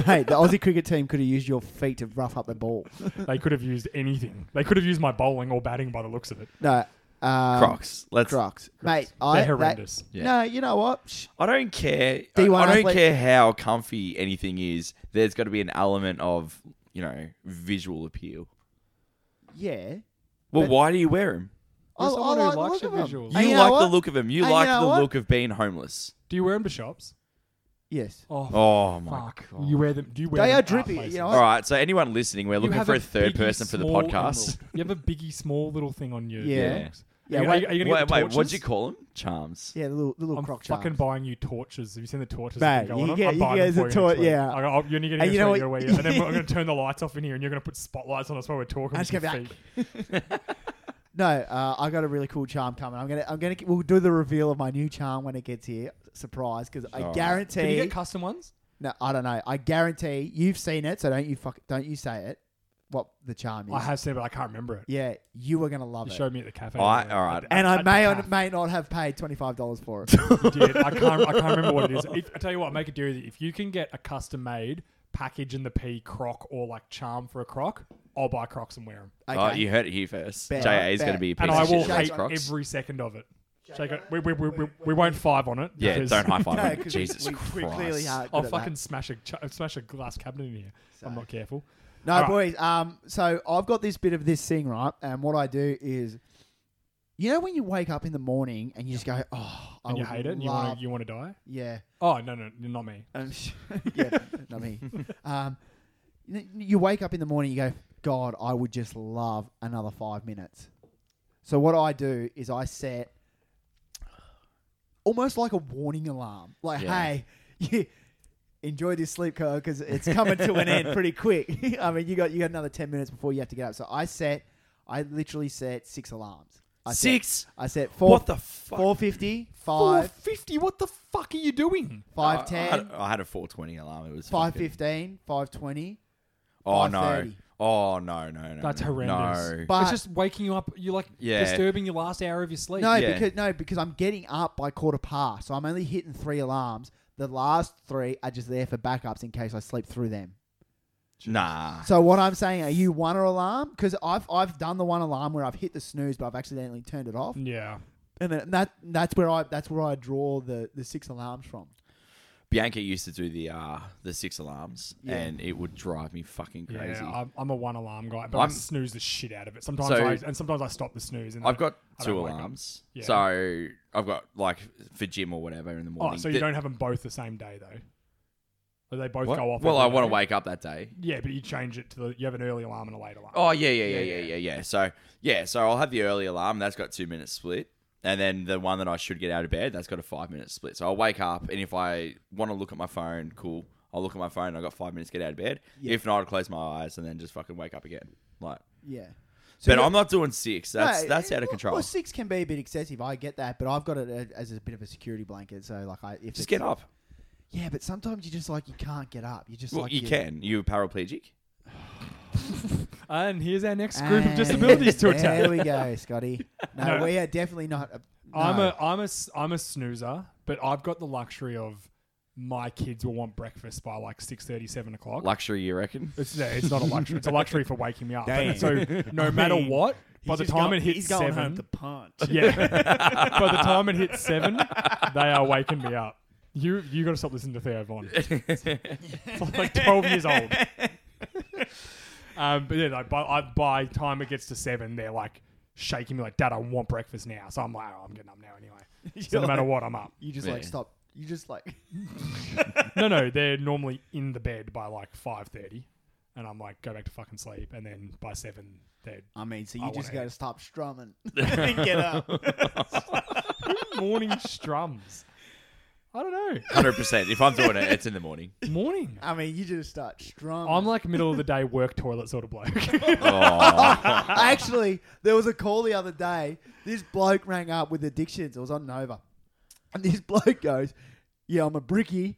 Speaker 3: hey, the Aussie cricket team could have used your feet to rough up the ball.
Speaker 2: they could have used anything. They could have used my bowling or batting by the looks of it.
Speaker 3: No. Um,
Speaker 4: Crocs. Let's.
Speaker 3: Crocs. Mate, I,
Speaker 2: They're
Speaker 3: that-
Speaker 2: horrendous.
Speaker 4: Yeah.
Speaker 3: No, you know what? Shh,
Speaker 4: I don't care. I-
Speaker 3: D1
Speaker 4: I don't
Speaker 3: athlete.
Speaker 4: care how comfy anything is. There's got to be an element of you know visual appeal.
Speaker 3: Yeah.
Speaker 4: Well,
Speaker 3: But-
Speaker 4: why do you wear them?
Speaker 3: I, I
Speaker 2: You're someone who
Speaker 3: like the
Speaker 2: likes
Speaker 3: look
Speaker 2: your
Speaker 3: of 'em.
Speaker 2: visuals.
Speaker 4: You
Speaker 3: And you know
Speaker 4: like the
Speaker 3: what?
Speaker 4: look of them. You
Speaker 3: And you
Speaker 4: like
Speaker 3: know
Speaker 4: the
Speaker 3: what?
Speaker 4: look of being homeless.
Speaker 2: Do you wear them to shops?
Speaker 3: Yes.
Speaker 2: Oh,
Speaker 4: Oh my
Speaker 2: fuck.
Speaker 4: god.
Speaker 2: You wear them. Do you wear
Speaker 3: They
Speaker 2: them
Speaker 3: are
Speaker 2: at
Speaker 3: drippy, you
Speaker 2: places?
Speaker 3: know
Speaker 4: All right. So anyone listening, we're
Speaker 2: You
Speaker 4: looking
Speaker 2: have
Speaker 4: for
Speaker 2: a
Speaker 4: a third
Speaker 2: biggie
Speaker 4: person for the
Speaker 2: small
Speaker 4: podcast.
Speaker 2: emerald. You have a biggie small little thing on you.
Speaker 3: Yeah.
Speaker 2: Yeah.
Speaker 3: Yeah,
Speaker 2: Are you, are
Speaker 3: wait-
Speaker 2: you, are you gonna
Speaker 4: Wait,
Speaker 2: get
Speaker 4: wait. What'd
Speaker 2: torches?
Speaker 4: you call them? Charms.
Speaker 3: Yeah, the little, the little
Speaker 2: I'm
Speaker 3: croc
Speaker 2: fucking
Speaker 3: charms.
Speaker 2: buying you torches. Have you seen the torches?
Speaker 3: Mate,
Speaker 2: that go on
Speaker 3: you
Speaker 2: them?
Speaker 3: get-
Speaker 2: I'm
Speaker 3: you
Speaker 2: buying
Speaker 3: get
Speaker 2: them
Speaker 3: us a
Speaker 2: for you next
Speaker 3: tor-
Speaker 2: week.
Speaker 3: yeah.
Speaker 2: I go, oh, you're gonna get
Speaker 3: And
Speaker 2: it
Speaker 3: you
Speaker 2: next week,
Speaker 3: know what-
Speaker 2: you're gonna wait. and then we're gonna turn the lights off in here, and you're gonna put spotlights on us while we're talking.
Speaker 3: I'm just
Speaker 2: with
Speaker 3: gonna
Speaker 2: your
Speaker 3: be
Speaker 2: feet.
Speaker 3: No, uh, I got a really cool charm coming. I'm gonna, I'm gonna, we'll do the reveal of my new charm when it gets here. Surprise, because I
Speaker 4: Alright.
Speaker 3: guarantee.
Speaker 2: Can you get custom ones?
Speaker 3: no, I don't know. I guarantee you've seen it, so don't you fuck, don't you say it. what the charm is.
Speaker 2: I have seen it, but I can't remember it.
Speaker 3: yeah, you were gonna love
Speaker 2: You
Speaker 3: it.
Speaker 2: showed me at the cafe.
Speaker 4: I, all right.
Speaker 3: and
Speaker 2: I-
Speaker 3: I, may
Speaker 2: I-
Speaker 3: or may not have paid twenty five dollars for it.
Speaker 2: You did. I can't. I can't remember what it is. If, I tell you what, make a deal with you. If you can get a custom made package in the P croc or like charm for a croc, I'll buy crocs and wear them.
Speaker 3: Okay.
Speaker 4: Oh, you heard it here first.
Speaker 3: Bet.
Speaker 4: JA is going to
Speaker 3: Bet.
Speaker 4: be a piece
Speaker 2: And
Speaker 4: of
Speaker 2: I will
Speaker 4: shit. when it
Speaker 2: hate
Speaker 4: crocs.
Speaker 2: every second of it. Shake it. We, we, we, we, we won't five on it.
Speaker 4: yeah,
Speaker 2: because
Speaker 4: don't high five.
Speaker 3: No,
Speaker 4: him.
Speaker 3: 'cause
Speaker 4: Oh, Jesus
Speaker 3: we, we
Speaker 4: Christ.
Speaker 3: clearly are.
Speaker 2: I'll
Speaker 3: good at that.
Speaker 2: Oh, fucking smash a ch- smash a glass cabinet in here. if I'm not careful.
Speaker 3: No,
Speaker 2: All right.
Speaker 3: boys. Um, so I've got this bit of this thing, right? And what I do is, you know, when you wake up in the morning and you just go, "Oh, I
Speaker 2: And you
Speaker 3: would
Speaker 2: hate it. And you
Speaker 3: love,
Speaker 2: want to you want to die.
Speaker 3: yeah,
Speaker 2: Oh no no not me.
Speaker 3: um, yeah, not me." Um, you- you wake up in the morning, you go, "God, I would just love another five minutes." So what I do is I set almost like a warning alarm, like,
Speaker 4: Yeah.
Speaker 3: "Hey, you." Enjoy this sleep, Kyle, because it's coming to an end pretty quick. I mean, you got you got another ten minutes before you have to get up. So I set, I literally set six alarms. I set-
Speaker 4: Six?
Speaker 3: I set four.
Speaker 4: What the fuck?
Speaker 3: Four fifty,
Speaker 2: Four
Speaker 3: five,
Speaker 2: fifty. What the fuck are you doing?
Speaker 4: I-
Speaker 3: five
Speaker 4: I had,
Speaker 3: ten,
Speaker 4: I had a 420 alarm. It was
Speaker 3: five
Speaker 4: fucking-
Speaker 3: fifteen, five twenty.
Speaker 4: Oh no.
Speaker 3: 5:30.
Speaker 4: Oh no no no.
Speaker 2: That's
Speaker 4: no,
Speaker 2: horrendous.
Speaker 4: No.
Speaker 3: But-
Speaker 2: it's just waking you up. You're like
Speaker 4: Yeah.
Speaker 2: disturbing your last hour of your sleep.
Speaker 3: No,
Speaker 4: Yeah.
Speaker 3: because no, because I'm getting up by quarter past, so I'm only hitting three alarms. The last three are just there for backups in case I sleep through them.
Speaker 4: nah.
Speaker 3: So what I'm saying, are you one alarm? Because I've I've done the one alarm where I've hit the snooze, but I've accidentally turned it off,
Speaker 2: Yeah.
Speaker 3: and then that that's where I that's where I draw the the six alarms from.
Speaker 4: Bianca used to do the uh the six alarms,
Speaker 3: Yeah.
Speaker 4: and it would drive me fucking crazy.
Speaker 2: Yeah, I'm, I'm a one alarm guy, but i
Speaker 4: I'm-
Speaker 2: snooze the shit out of it. Sometimes
Speaker 4: So-
Speaker 2: I and sometimes I stop the snooze. And
Speaker 4: I've got
Speaker 2: I don't
Speaker 4: two
Speaker 2: wake up.
Speaker 4: alarms,
Speaker 2: Yeah.
Speaker 4: so I've got like for gym or whatever in the
Speaker 2: Oh,
Speaker 4: morning.
Speaker 2: so you
Speaker 4: Th-
Speaker 2: don't have them both the same day though? Or they both
Speaker 4: What?
Speaker 2: go off.
Speaker 4: Well, I
Speaker 2: every
Speaker 4: want to
Speaker 2: day?
Speaker 4: wake up that day.
Speaker 2: Yeah, but you change it to the you have an early alarm and a late alarm.
Speaker 4: Oh yeah, yeah, yeah,
Speaker 2: Yeah,
Speaker 4: yeah,
Speaker 2: yeah.
Speaker 4: yeah, yeah. So yeah, so I'll have the early alarm. That's got two minutes split, and then the one that I should get out of bed, that's got a five minute split. So I'll wake up, and if I want to look at my phone, cool. I'll look at my phone. I got five minutes to get out of bed.
Speaker 3: Yeah.
Speaker 4: If not, I'll close my eyes and then just fucking wake up again. Like,
Speaker 3: Yeah.
Speaker 4: but
Speaker 3: you're-
Speaker 4: I'm not doing six. That's
Speaker 3: No, eh,
Speaker 4: that's out of
Speaker 3: well-
Speaker 4: control.
Speaker 3: Well, six can be a bit excessive. I get that, but I've got it a- as a bit of a security blanket. So like, I if
Speaker 4: just
Speaker 3: it's-
Speaker 4: get up.
Speaker 3: Yeah, but sometimes you just like you can't get up. You just
Speaker 4: Well,
Speaker 3: like
Speaker 4: you can. You're paraplegic.
Speaker 2: And here's our next group of
Speaker 3: And
Speaker 2: disabilities to attack.
Speaker 3: Ah, There we go, Scotty. No,
Speaker 2: No.
Speaker 3: we are definitely not. A, no.
Speaker 2: I'm a I'm a s- I'm a snoozer, but I've got the luxury of my kids will want breakfast by like 6:30, 7 o'clock.
Speaker 4: Luxury, you reckon?
Speaker 2: It's, no, it's not a luxury. It's a luxury for waking me up.
Speaker 5: Damn.
Speaker 2: So no matter
Speaker 5: mean,
Speaker 2: what, by
Speaker 5: He's
Speaker 2: the
Speaker 5: just
Speaker 2: time
Speaker 5: go-
Speaker 2: it hits
Speaker 5: he's going
Speaker 2: seven,
Speaker 5: home to punch.
Speaker 2: yeah, by the time it hits seven, they are waking me up. You you got to stop listening to Theo Von. It's like twelve years old. Um, but yeah, like by I, by the time it gets to seven, they're like shaking me like, "Dad, I want breakfast now." So I'm like, oh, "I'm getting up now anyway." So no matter what, I'm up.
Speaker 3: You just
Speaker 4: Yeah.
Speaker 3: like stop. You just like.
Speaker 2: No, no, they're normally in the bed by like five thirty, and I'm like, "Go back to fucking sleep." And then by seven, they're
Speaker 5: I mean, so
Speaker 3: You
Speaker 5: you
Speaker 3: just
Speaker 5: just
Speaker 3: got
Speaker 5: go
Speaker 3: to stop strumming.
Speaker 5: get up.
Speaker 2: morning strums. I don't know.
Speaker 4: Hundred percent. If I'm doing it, it's in the morning.
Speaker 2: Morning.
Speaker 3: I mean, you just start strumming.
Speaker 2: I'm like middle of the day work toilet sort of bloke.
Speaker 4: Oh,
Speaker 3: Actually, there was a call the other day. This bloke rang up with addictions. It was on Nova. And this bloke goes, Yeah, I'm a brickie.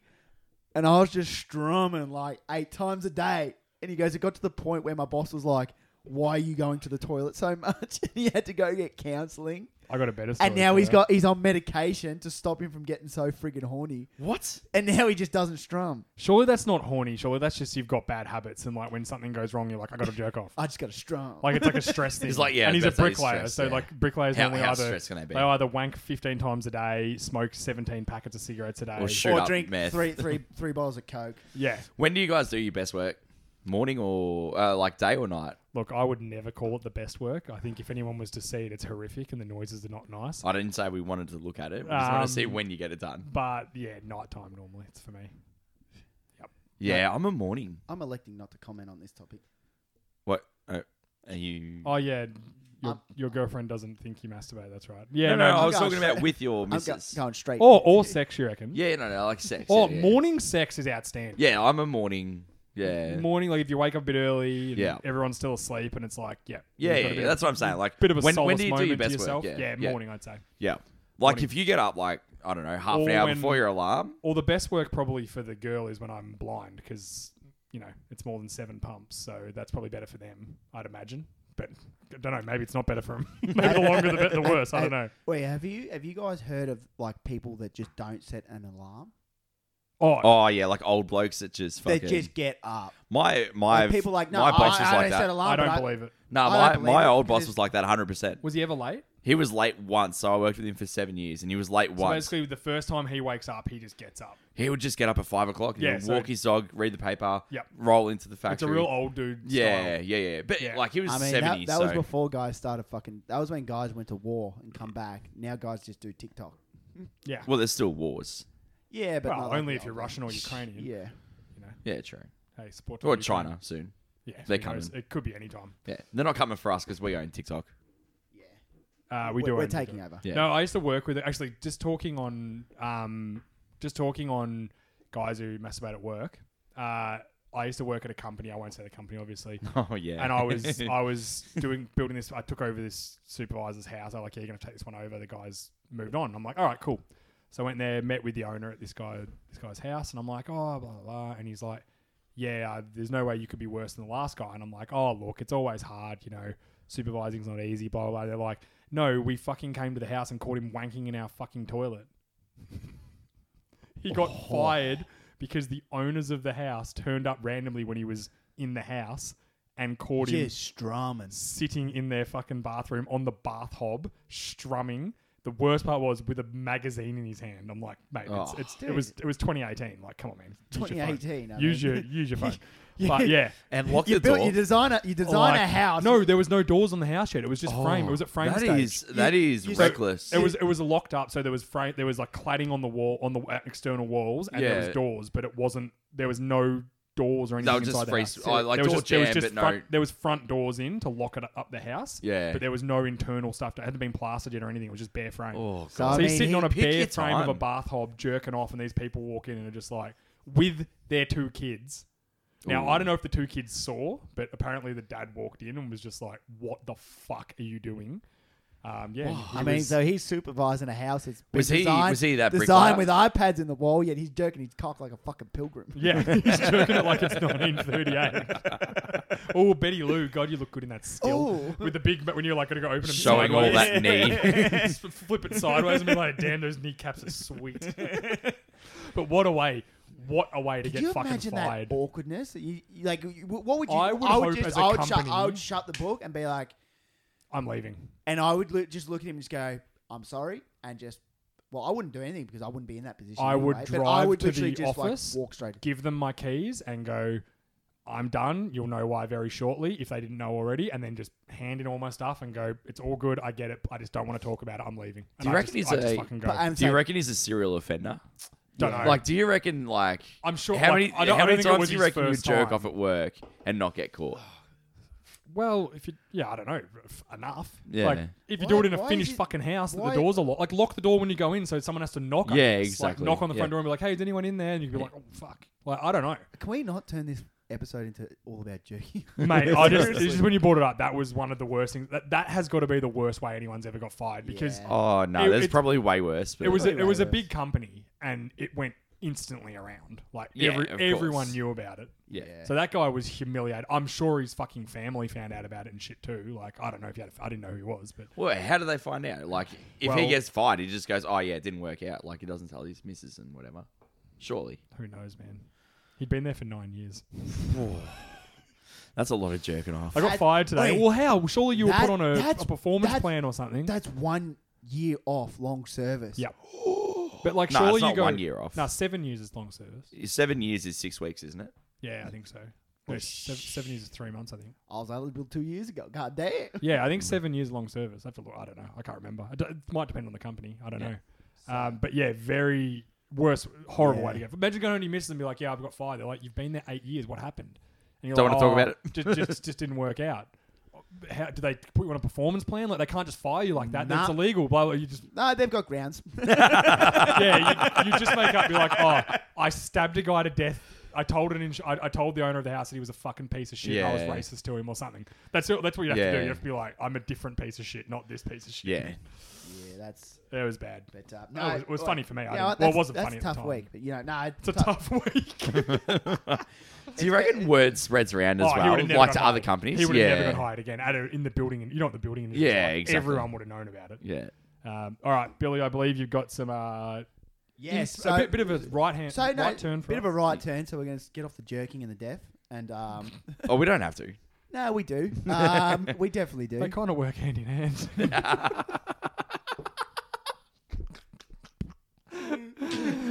Speaker 3: And I was just strumming like eight times a day. And he goes, It got to the point where my boss was like, Why are you going to the toilet so much? And he had to go get counseling.
Speaker 2: I got a better story.
Speaker 3: And now
Speaker 2: for
Speaker 3: he's
Speaker 2: that.
Speaker 3: got he's on medication to stop him from getting so friggin' horny.
Speaker 4: what?
Speaker 3: And now he just doesn't strum.
Speaker 2: Surely that's not horny. Surely that's just you've got bad habits and like when something goes wrong, you're like, I got to jerk off.
Speaker 3: I just gotta strum.
Speaker 2: Like it's like a stress thing.
Speaker 4: He's like, yeah,
Speaker 2: and he's a
Speaker 4: that's how he's
Speaker 2: bricklayer,
Speaker 4: stressed,
Speaker 2: so
Speaker 4: yeah.
Speaker 2: like bricklayers
Speaker 4: How-
Speaker 2: normally
Speaker 4: how
Speaker 2: either
Speaker 4: stressed can they be?
Speaker 2: either wank fifteen times a day, smoke seventeen packets of cigarettes a day,
Speaker 4: Or shoot
Speaker 3: or
Speaker 4: up
Speaker 3: drink
Speaker 4: meth.
Speaker 3: three three three bottles of Coke.
Speaker 2: yeah.
Speaker 4: When do you guys do your best work? Morning or uh, like day or night?
Speaker 2: Look, I would never call it the best work. I think if anyone was to see it, it's horrific and the noises are not nice.
Speaker 4: I didn't say we wanted to look at it. We just want to see
Speaker 2: Um,
Speaker 4: when you get it done.
Speaker 2: But yeah, nighttime normally it's for me.
Speaker 4: Yeah, I'm a morning.
Speaker 3: I'm electing not to comment on this topic.
Speaker 4: What? Oh, are you?
Speaker 2: Oh yeah, your,
Speaker 3: Um,
Speaker 2: your girlfriend doesn't think you masturbate. That's right. Yeah,
Speaker 4: no, no, I
Speaker 3: I'm
Speaker 4: was
Speaker 3: going
Speaker 4: talking about with your
Speaker 3: I'm go-
Speaker 4: missus.
Speaker 3: going straight.
Speaker 2: Or or sex, you reckon?
Speaker 4: yeah, no, no, like sex.
Speaker 2: Or
Speaker 4: yeah, yeah.
Speaker 2: Oh, morning sex is outstanding.
Speaker 4: Yeah, I'm a morning. Yeah,
Speaker 2: morning, like if you wake up a bit early, and
Speaker 4: Yeah.
Speaker 2: everyone's still asleep, and it's like, yeah,
Speaker 4: yeah,
Speaker 2: you've got
Speaker 4: yeah,
Speaker 2: a
Speaker 4: yeah.
Speaker 2: bit
Speaker 4: That's what I'm saying. Like,
Speaker 2: of, bit of a
Speaker 4: when,
Speaker 2: solace
Speaker 4: when do you do
Speaker 2: moment
Speaker 4: your best
Speaker 2: to yourself.
Speaker 4: work?
Speaker 2: Yeah, morning, I'd say.
Speaker 4: Yeah, like
Speaker 2: Morning.
Speaker 4: if you get up like I don't know half
Speaker 2: Or
Speaker 4: an hour
Speaker 2: when-
Speaker 4: before your alarm.
Speaker 2: Or the best work probably for the girl is when I'm blind because you know, it's more than seven pumps, so that's probably better for them, I'd imagine. But I don't know. Maybe it's not better for them. maybe the longer the, bet- the worse. I don't know.
Speaker 3: Wait, have you have you guys heard of like people that just don't set an alarm?
Speaker 2: Oh,
Speaker 4: Oh yeah, like old blokes that just
Speaker 3: They
Speaker 4: fucking.
Speaker 3: just get up.
Speaker 4: my my
Speaker 3: Like, people like no,
Speaker 4: my boss was
Speaker 3: I, I
Speaker 4: like
Speaker 3: don't set
Speaker 4: that.
Speaker 3: alarm.
Speaker 2: I don't
Speaker 3: but
Speaker 2: believe it.
Speaker 4: No,
Speaker 3: I
Speaker 4: my,
Speaker 3: don't believe
Speaker 4: my
Speaker 3: it
Speaker 4: old boss
Speaker 3: because-
Speaker 4: was like that 100. percent
Speaker 2: Was he ever late?
Speaker 4: He was late once, so I worked with him for seven years, and he was late
Speaker 2: So
Speaker 4: once.
Speaker 2: basically, the first time he wakes up, he just gets up.
Speaker 4: he would just get up at five o'clock and
Speaker 2: Yeah,
Speaker 4: he would
Speaker 2: so-
Speaker 4: walk his dog, read the paper,
Speaker 2: Yep.
Speaker 4: roll into the factory.
Speaker 2: It's a real old dude.
Speaker 4: yeah,
Speaker 2: style.
Speaker 4: yeah, yeah. But
Speaker 2: Yeah.
Speaker 4: like he was
Speaker 3: I mean,
Speaker 4: 70,
Speaker 3: that, that
Speaker 4: so
Speaker 3: was before guys started fucking. That was when guys went to war and come back. Now guys just do TikTok.
Speaker 2: yeah.
Speaker 4: well, there's still wars.
Speaker 3: Yeah, but
Speaker 2: Well,
Speaker 3: not like
Speaker 2: only
Speaker 3: the
Speaker 2: if you're
Speaker 3: old ones.
Speaker 2: Russian or Ukrainian.
Speaker 3: Yeah.
Speaker 4: Yeah, true.
Speaker 2: Hey, support.
Speaker 4: Or
Speaker 2: the Ukraine.
Speaker 4: China soon.
Speaker 2: Yeah,
Speaker 4: They're
Speaker 2: who knows?
Speaker 4: coming.
Speaker 2: It could be any time.
Speaker 4: Yeah, they're not coming for us because we own TikTok.
Speaker 2: Uh, we
Speaker 3: We're-
Speaker 2: do.
Speaker 3: We're
Speaker 2: own them,
Speaker 3: taking
Speaker 2: too.
Speaker 3: over.
Speaker 4: Yeah.
Speaker 2: No, I used to work with actually just talking on um, just talking on guys who masturbate at work. Uh, I used to work at a company. I won't say the company, obviously.
Speaker 4: Oh yeah.
Speaker 2: And I was I was doing building this. I took over this supervisor's house. I'm like, yeah, you're gonna take this one over. The guys moved on. I'm like, all right, cool. So I went there, met with the owner at this guy this guy's house, and I'm like, oh, blah blah, blah. and he's like, yeah, uh, there's no way you could be worse than the last guy. And I'm like, oh, look, it's always hard, you know, supervising's not easy, blah blah. blah. They're like, no, we fucking came to the house and caught him wanking in our fucking toilet. he got fired because the owners of the house turned up randomly when he was in the house and caught him
Speaker 3: Just strumming.
Speaker 2: sitting in their fucking bathroom on the bath hob, strumming. The worst part was with a magazine in his hand. I'm like, mate, it's,
Speaker 4: Oh.
Speaker 2: it's, it was it was 2018. Like, come on, man. Use your phone.
Speaker 3: 2018, I
Speaker 2: Use
Speaker 3: mean.
Speaker 2: your use your phone.
Speaker 3: Yeah.
Speaker 2: But yeah.
Speaker 4: and locked
Speaker 3: You
Speaker 4: the door.
Speaker 3: built, you design a you design a
Speaker 2: Like,
Speaker 3: house.
Speaker 2: Oh, No, there was no doors on the house yet. It was just frame. It was at frame
Speaker 4: Oh, That
Speaker 2: stage.
Speaker 4: is that is
Speaker 3: you-
Speaker 4: reckless.
Speaker 2: It was it was locked up, so there was frame. There was like cladding on the wall on the uh, external walls, and there was
Speaker 4: Yeah.
Speaker 2: doors, but it wasn't. There was no doors or anything
Speaker 4: just
Speaker 2: inside the
Speaker 4: free-
Speaker 2: house.
Speaker 4: oh, like
Speaker 2: there was
Speaker 4: door
Speaker 2: just, there was
Speaker 4: jamb,
Speaker 2: just
Speaker 4: but no-
Speaker 2: front, There was front doors in to lock it up the house.
Speaker 4: Yeah.
Speaker 2: but there was no internal stuff. It hadn't been plastered yet or anything. It was just bare frame.
Speaker 4: oh
Speaker 3: So
Speaker 4: god.
Speaker 2: so
Speaker 3: I
Speaker 2: he's
Speaker 3: mean,
Speaker 2: sitting
Speaker 3: he-
Speaker 2: on a
Speaker 4: pick
Speaker 2: bare
Speaker 4: your
Speaker 2: frame of a
Speaker 4: time.
Speaker 2: bath hob, jerking off, and these people walk in and are just like with their two kids. Now I don't know if the two kids saw, but apparently the dad walked in and was just like, "What the fuck are you doing?" Um, yeah, he
Speaker 3: Oh, I mean,
Speaker 2: was-
Speaker 3: so he's supervising a house that's been
Speaker 4: Was he-
Speaker 3: designed,
Speaker 4: was he that
Speaker 3: designed with
Speaker 4: bricklayer?
Speaker 3: iPads in the wall, yet he's jerking his cock like a fucking pilgrim.
Speaker 2: Yeah, he's jerking it like it's 1938. oh, Betty Lou, God, you look good in that still.
Speaker 3: Ooh.
Speaker 2: With the big, when you're like going to go open them
Speaker 4: Showing all
Speaker 2: sideways.
Speaker 4: that knee.
Speaker 2: Just flip it sideways and be like, damn, those kneecaps are sweet. but what a way. What a way to
Speaker 3: Could
Speaker 2: get
Speaker 3: you
Speaker 2: fucking
Speaker 3: imagine
Speaker 2: fired.
Speaker 3: that awkwardness? That you, you- like, you- what would you?
Speaker 2: I would hope as
Speaker 3: just,
Speaker 2: a
Speaker 3: I would, shut,
Speaker 2: company-
Speaker 3: I would shut the book and be like,
Speaker 2: I'm leaving.
Speaker 3: and I would lo- just look at him and just go, "I'm sorry," and just, well, I wouldn't do anything because I wouldn't be in that position.
Speaker 2: I would
Speaker 3: anyway, but
Speaker 2: drive
Speaker 3: I would
Speaker 2: to
Speaker 3: literally
Speaker 2: the
Speaker 3: just
Speaker 2: office,
Speaker 3: like walk straight.
Speaker 2: give them my keys, and go. I'm done. You'll know why very shortly if they didn't know already, and then just hand in all my stuff and go. It's all good. I get it. I just don't want to talk about it. I'm leaving. And
Speaker 4: Do you
Speaker 2: I
Speaker 4: reckon
Speaker 2: just,
Speaker 4: he's
Speaker 2: I just
Speaker 4: a-
Speaker 2: fucking go.
Speaker 3: But I'm
Speaker 4: Do you
Speaker 3: saying,
Speaker 4: reckon he's a serial offender?
Speaker 2: Don't know.
Speaker 4: Like, do you reckon like
Speaker 2: I'm sure-
Speaker 4: How
Speaker 2: like,
Speaker 4: many
Speaker 2: I don't-
Speaker 4: how
Speaker 2: I don't
Speaker 4: many
Speaker 2: think it
Speaker 4: times
Speaker 2: was
Speaker 4: do you
Speaker 2: his
Speaker 4: reckon you
Speaker 2: first
Speaker 4: jerk
Speaker 2: time.
Speaker 4: off at work and not get caught?
Speaker 2: Well, if you, yeah, I don't know, f- enough.
Speaker 4: Yeah.
Speaker 2: Like, if you
Speaker 3: Why-
Speaker 2: do it in a
Speaker 3: why is
Speaker 2: finished
Speaker 3: it-
Speaker 2: fucking house, that
Speaker 3: why-
Speaker 2: the doors are locked. Like, lock the door when you go in, so someone has to knock. I
Speaker 4: Yeah,
Speaker 2: guess.
Speaker 4: exactly.
Speaker 2: Like, knock on the front
Speaker 4: Yeah.
Speaker 2: door and be like, "Hey, is anyone in there?" And you can be like, "Oh fuck!" Like, I don't know,
Speaker 3: can we not turn this episode into all about jerking?
Speaker 2: mate. I just, it's just when you brought it up, that was one of the worst things. That that has got to be the worst way anyone's ever got fired because
Speaker 3: Yeah.
Speaker 4: Oh no,
Speaker 2: It-
Speaker 4: there's
Speaker 2: it's-
Speaker 4: probably way worse. But
Speaker 2: it was a,
Speaker 3: Way
Speaker 2: it was a
Speaker 3: worse.
Speaker 2: big company and it went instantly around. Like,
Speaker 4: Yeah,
Speaker 2: every,
Speaker 4: of
Speaker 2: everyone
Speaker 4: course.
Speaker 2: knew about it.
Speaker 4: yeah.
Speaker 2: So that guy was humiliated. I'm sure his fucking family found out about it and shit too. Like, I don't know if he had. A, I didn't know who he was, but
Speaker 4: Well, how do they find out? Like, if he
Speaker 2: Well-
Speaker 4: gets fired, he just goes, "Oh yeah, it didn't work out." Like, he doesn't tell his missus and whatever. Surely,
Speaker 2: Who knows, man? He'd been there for nine years.
Speaker 4: that's a lot of jerking off.
Speaker 2: I got
Speaker 3: That-
Speaker 2: fired today.
Speaker 3: wait.
Speaker 2: well, how? Surely you were
Speaker 3: That-
Speaker 2: put on a,
Speaker 3: that's-
Speaker 2: a performance
Speaker 3: that-
Speaker 2: plan or something.
Speaker 3: That's one year off long service.
Speaker 2: Yep. but like,
Speaker 4: No,
Speaker 2: surely
Speaker 4: it's
Speaker 2: you
Speaker 4: not
Speaker 2: go
Speaker 4: one year off.
Speaker 2: No, seven years is long service.
Speaker 4: Seven years is six weeks, isn't it?
Speaker 2: Yeah, I think so.
Speaker 3: Oh,
Speaker 2: No, seven, seven years is three months, I think.
Speaker 3: I was eligible two years ago. God damn.
Speaker 2: Yeah, I think seven years long service. I have to look. I don't know. I can't remember. It, d- it might depend on the company. I don't know. Um, but yeah, very worse, horrible way to go. Imagine going on your missus and be like, "Yeah, I've got fired." They're like, "You've been there eight years. What happened?" And you're
Speaker 4: Don't wanna talk about
Speaker 2: "Oh, just, just, just didn't work out. How do they put you on a performance plan? Like they can't just fire you like that. That's
Speaker 3: Nah.
Speaker 2: illegal. Blah blah. You just
Speaker 3: No, they've got grounds.
Speaker 2: yeah. You, you just make up. Be like, "Oh, I stabbed a guy to death I told an ins- I, I told the owner of the house that he was a fucking piece of shit. and I was
Speaker 4: Yeah.
Speaker 2: racist to him or something. That's that's what you have to
Speaker 4: Yeah.
Speaker 2: do. You have to be like, I'm a different piece of shit, not this piece of shit.
Speaker 4: Yeah.
Speaker 3: Yeah, that's.
Speaker 2: it was bad.
Speaker 3: But, uh,
Speaker 2: No, it was- it was funny for me. I didn't- well, it
Speaker 3: that's-
Speaker 2: wasn't
Speaker 3: that's
Speaker 2: funny
Speaker 3: a
Speaker 2: at the
Speaker 3: tough
Speaker 2: time.
Speaker 3: week, but you know, no,
Speaker 2: It's a tough week.
Speaker 4: Do you reckon word spreads around as
Speaker 2: Oh, he
Speaker 4: well,
Speaker 2: would've never
Speaker 4: like
Speaker 2: got
Speaker 4: to
Speaker 2: hired.
Speaker 4: other companies?
Speaker 2: He would have
Speaker 4: yeah.
Speaker 2: never got hired again at a, in the building. And you know what the building industry is
Speaker 4: Yeah,
Speaker 2: like.
Speaker 4: exactly.
Speaker 2: Everyone would have known about it.
Speaker 4: Yeah.
Speaker 2: Um, all right, Billy. I believe you've got some. Uh,
Speaker 3: Yes,
Speaker 2: ins-
Speaker 3: so,
Speaker 2: a bit, bit of a right hand,
Speaker 3: uh, so no,
Speaker 2: right turn for
Speaker 3: bit of a
Speaker 2: us.
Speaker 3: right turn. So we're going to get off the jerking and the deaf, and um,
Speaker 4: Oh, we don't have to.
Speaker 3: no, we do, um, we definitely do.
Speaker 2: They kind of work hand in hand.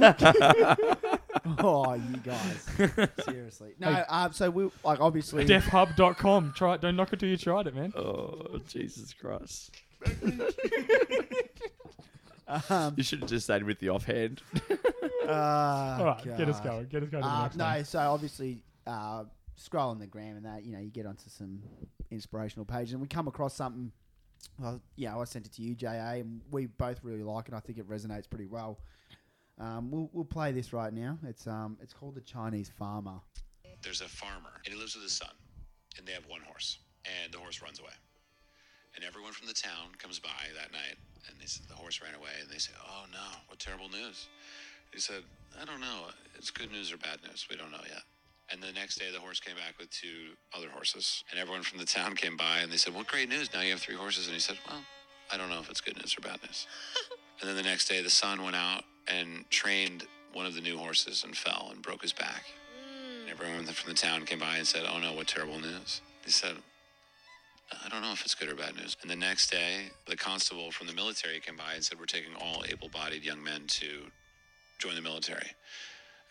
Speaker 3: oh, you guys, seriously. No, um, so we like obviously.
Speaker 2: Deafhub.com. Try it. Don't knock it till you tried it, man.
Speaker 4: Oh, Jesus Christ.
Speaker 3: Um,
Speaker 4: You should have just stayed with the offhand.
Speaker 3: uh,
Speaker 2: All right, get us going.
Speaker 3: God.
Speaker 2: Get us going. To the
Speaker 3: Uh,
Speaker 2: next
Speaker 3: no,
Speaker 2: one.
Speaker 3: so obviously, uh, scrolling the gram and that, you know, you get onto some inspirational pages, and we come across something. Well, yeah, I sent it to you, JA, and we both really like it. I think it resonates pretty well. Um, we'll, we'll play this right now. It's um, it's called the Chinese Farmer.
Speaker 5: there's a farmer and he lives with his son and they have one horse and the horse runs away and everyone from the town comes by that night and they said the horse ran away and they say oh no what terrible news he said i don't know it's good news or bad news we don't know yet and the next day the horse came back with two other horses and everyone from the town came by and they said well great news now you have three horses and he said well i don't know if it's good news or bad news and then the next day the son went out and trained one of the new horses and fell and broke his back
Speaker 6: Mm.
Speaker 5: and everyone from the town came by and said, Oh no, what terrible news. They said, I don't know if it's good or bad news. And the next day, the constable from the military came by and said, We're taking all able bodied young men to join the military.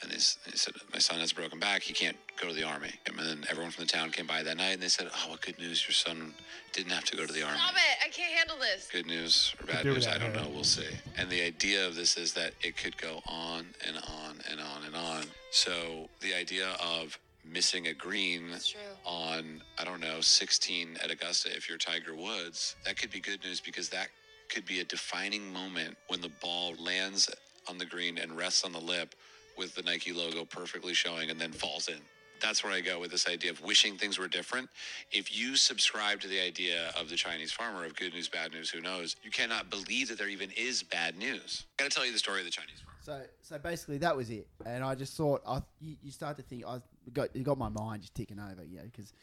Speaker 5: And they, s- they said, My son has a broken back. He can't go to the army. And then everyone from the town came by that night and they said, Oh, what good news. Your son didn't have to go to the army
Speaker 6: Stop it! I can't handle this.
Speaker 5: good news or bad
Speaker 2: do
Speaker 5: news,
Speaker 2: that,
Speaker 5: I don't
Speaker 2: yeah.
Speaker 5: know. We'll see. And the idea of this is that it could go on and on and on and on. So the idea of missing a green
Speaker 6: true.
Speaker 5: on, I don't know, 16 at Augusta if you're Tiger Woods, that could be good news because that could be a defining moment when the ball lands on the green and rests on the lip with the Nike logo perfectly showing and then falls in. That's where I go with this idea of wishing things were different. If you subscribe to the idea of the Chinese farmer of good news, bad news, who knows, you cannot believe that there even is bad news. I gotta tell you the story of the Chinese farmer.
Speaker 3: So, so basically, that was it. And I just thought, I you, you start to think, I got you got my mind just ticking over, you know, because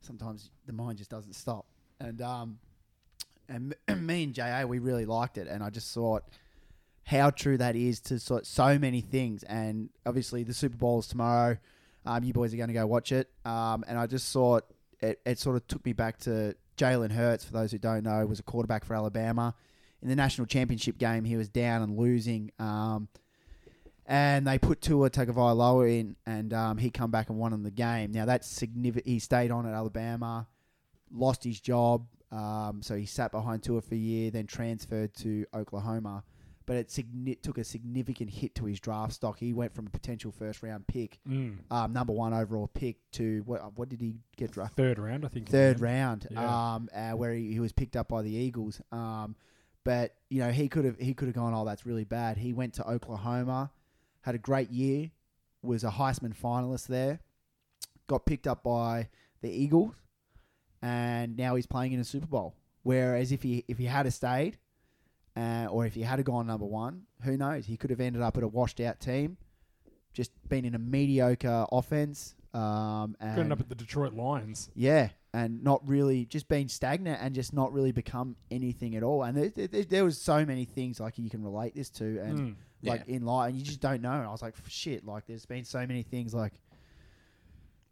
Speaker 3: sometimes the mind just doesn't stop. And um, and me and Ja, we really liked it, and I just thought how true that is to so, so many things. And obviously, the Super Bowl is tomorrow. Um, you boys are going to go watch it. Um, and I just thought it, it sort of took me back to Jalen Hurts, for those who don't know, was a quarterback for Alabama. In the national championship game, he was down and losing. Um, and they put Tua Tagovailoa in, and um, he come back and won in the game. Now that's significant. He stayed on at Alabama, lost his job, um, so he sat behind Tua for a year, then transferred to Oklahoma. But it signi- took a significant hit to his draft stock. He went from a potential first round pick,
Speaker 2: Mm.
Speaker 3: um, number one overall pick, to what? What did he get drafted?
Speaker 2: Third round, I think.
Speaker 3: third round,
Speaker 2: Yeah.
Speaker 3: um, uh, where he, he was picked up by the Eagles. Um, but you know he could have he could have gone. Oh, that's really bad. He went to Oklahoma, had a great year, was a Heisman finalist there, got picked up by the Eagles, and now he's playing in a Super Bowl. Whereas if he if he had a stayed, uh, or if he had a gone number one, who knows? He could have ended up at a washed out team, just been in a mediocre offense. Um, and
Speaker 2: Going up at the Detroit Lions.
Speaker 3: yeah, and not really just being stagnant and just not really become anything at all. And there, there- there, there was so many things like you can relate this to, and
Speaker 2: Mm.
Speaker 3: like in life, and you just don't know. And I was like, shit, like there's been so many things like,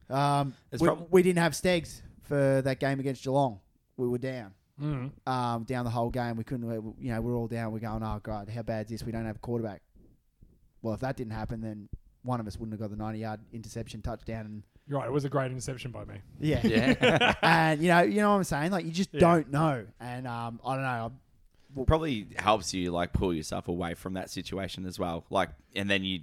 Speaker 3: um,
Speaker 4: It's
Speaker 3: we,
Speaker 4: prob-
Speaker 3: we didn't have Stegs for that game against Geelong. We were down,
Speaker 2: Mm.
Speaker 3: um, down the whole game. We couldn't, we- you know, we're all down. We're going, oh god, how bad is this? We don't have a quarterback. Well, if that didn't happen, then one of us wouldn't have got the 90-yard interception touchdown. And,
Speaker 2: You're right. It was a great interception by me.
Speaker 3: yeah,
Speaker 4: Yeah.
Speaker 3: and you know, you know what I'm saying. Like you just
Speaker 2: Yeah.
Speaker 3: don't know, and um, I don't know.
Speaker 4: Probably helps you like pull yourself away from that situation as well. Like, and then you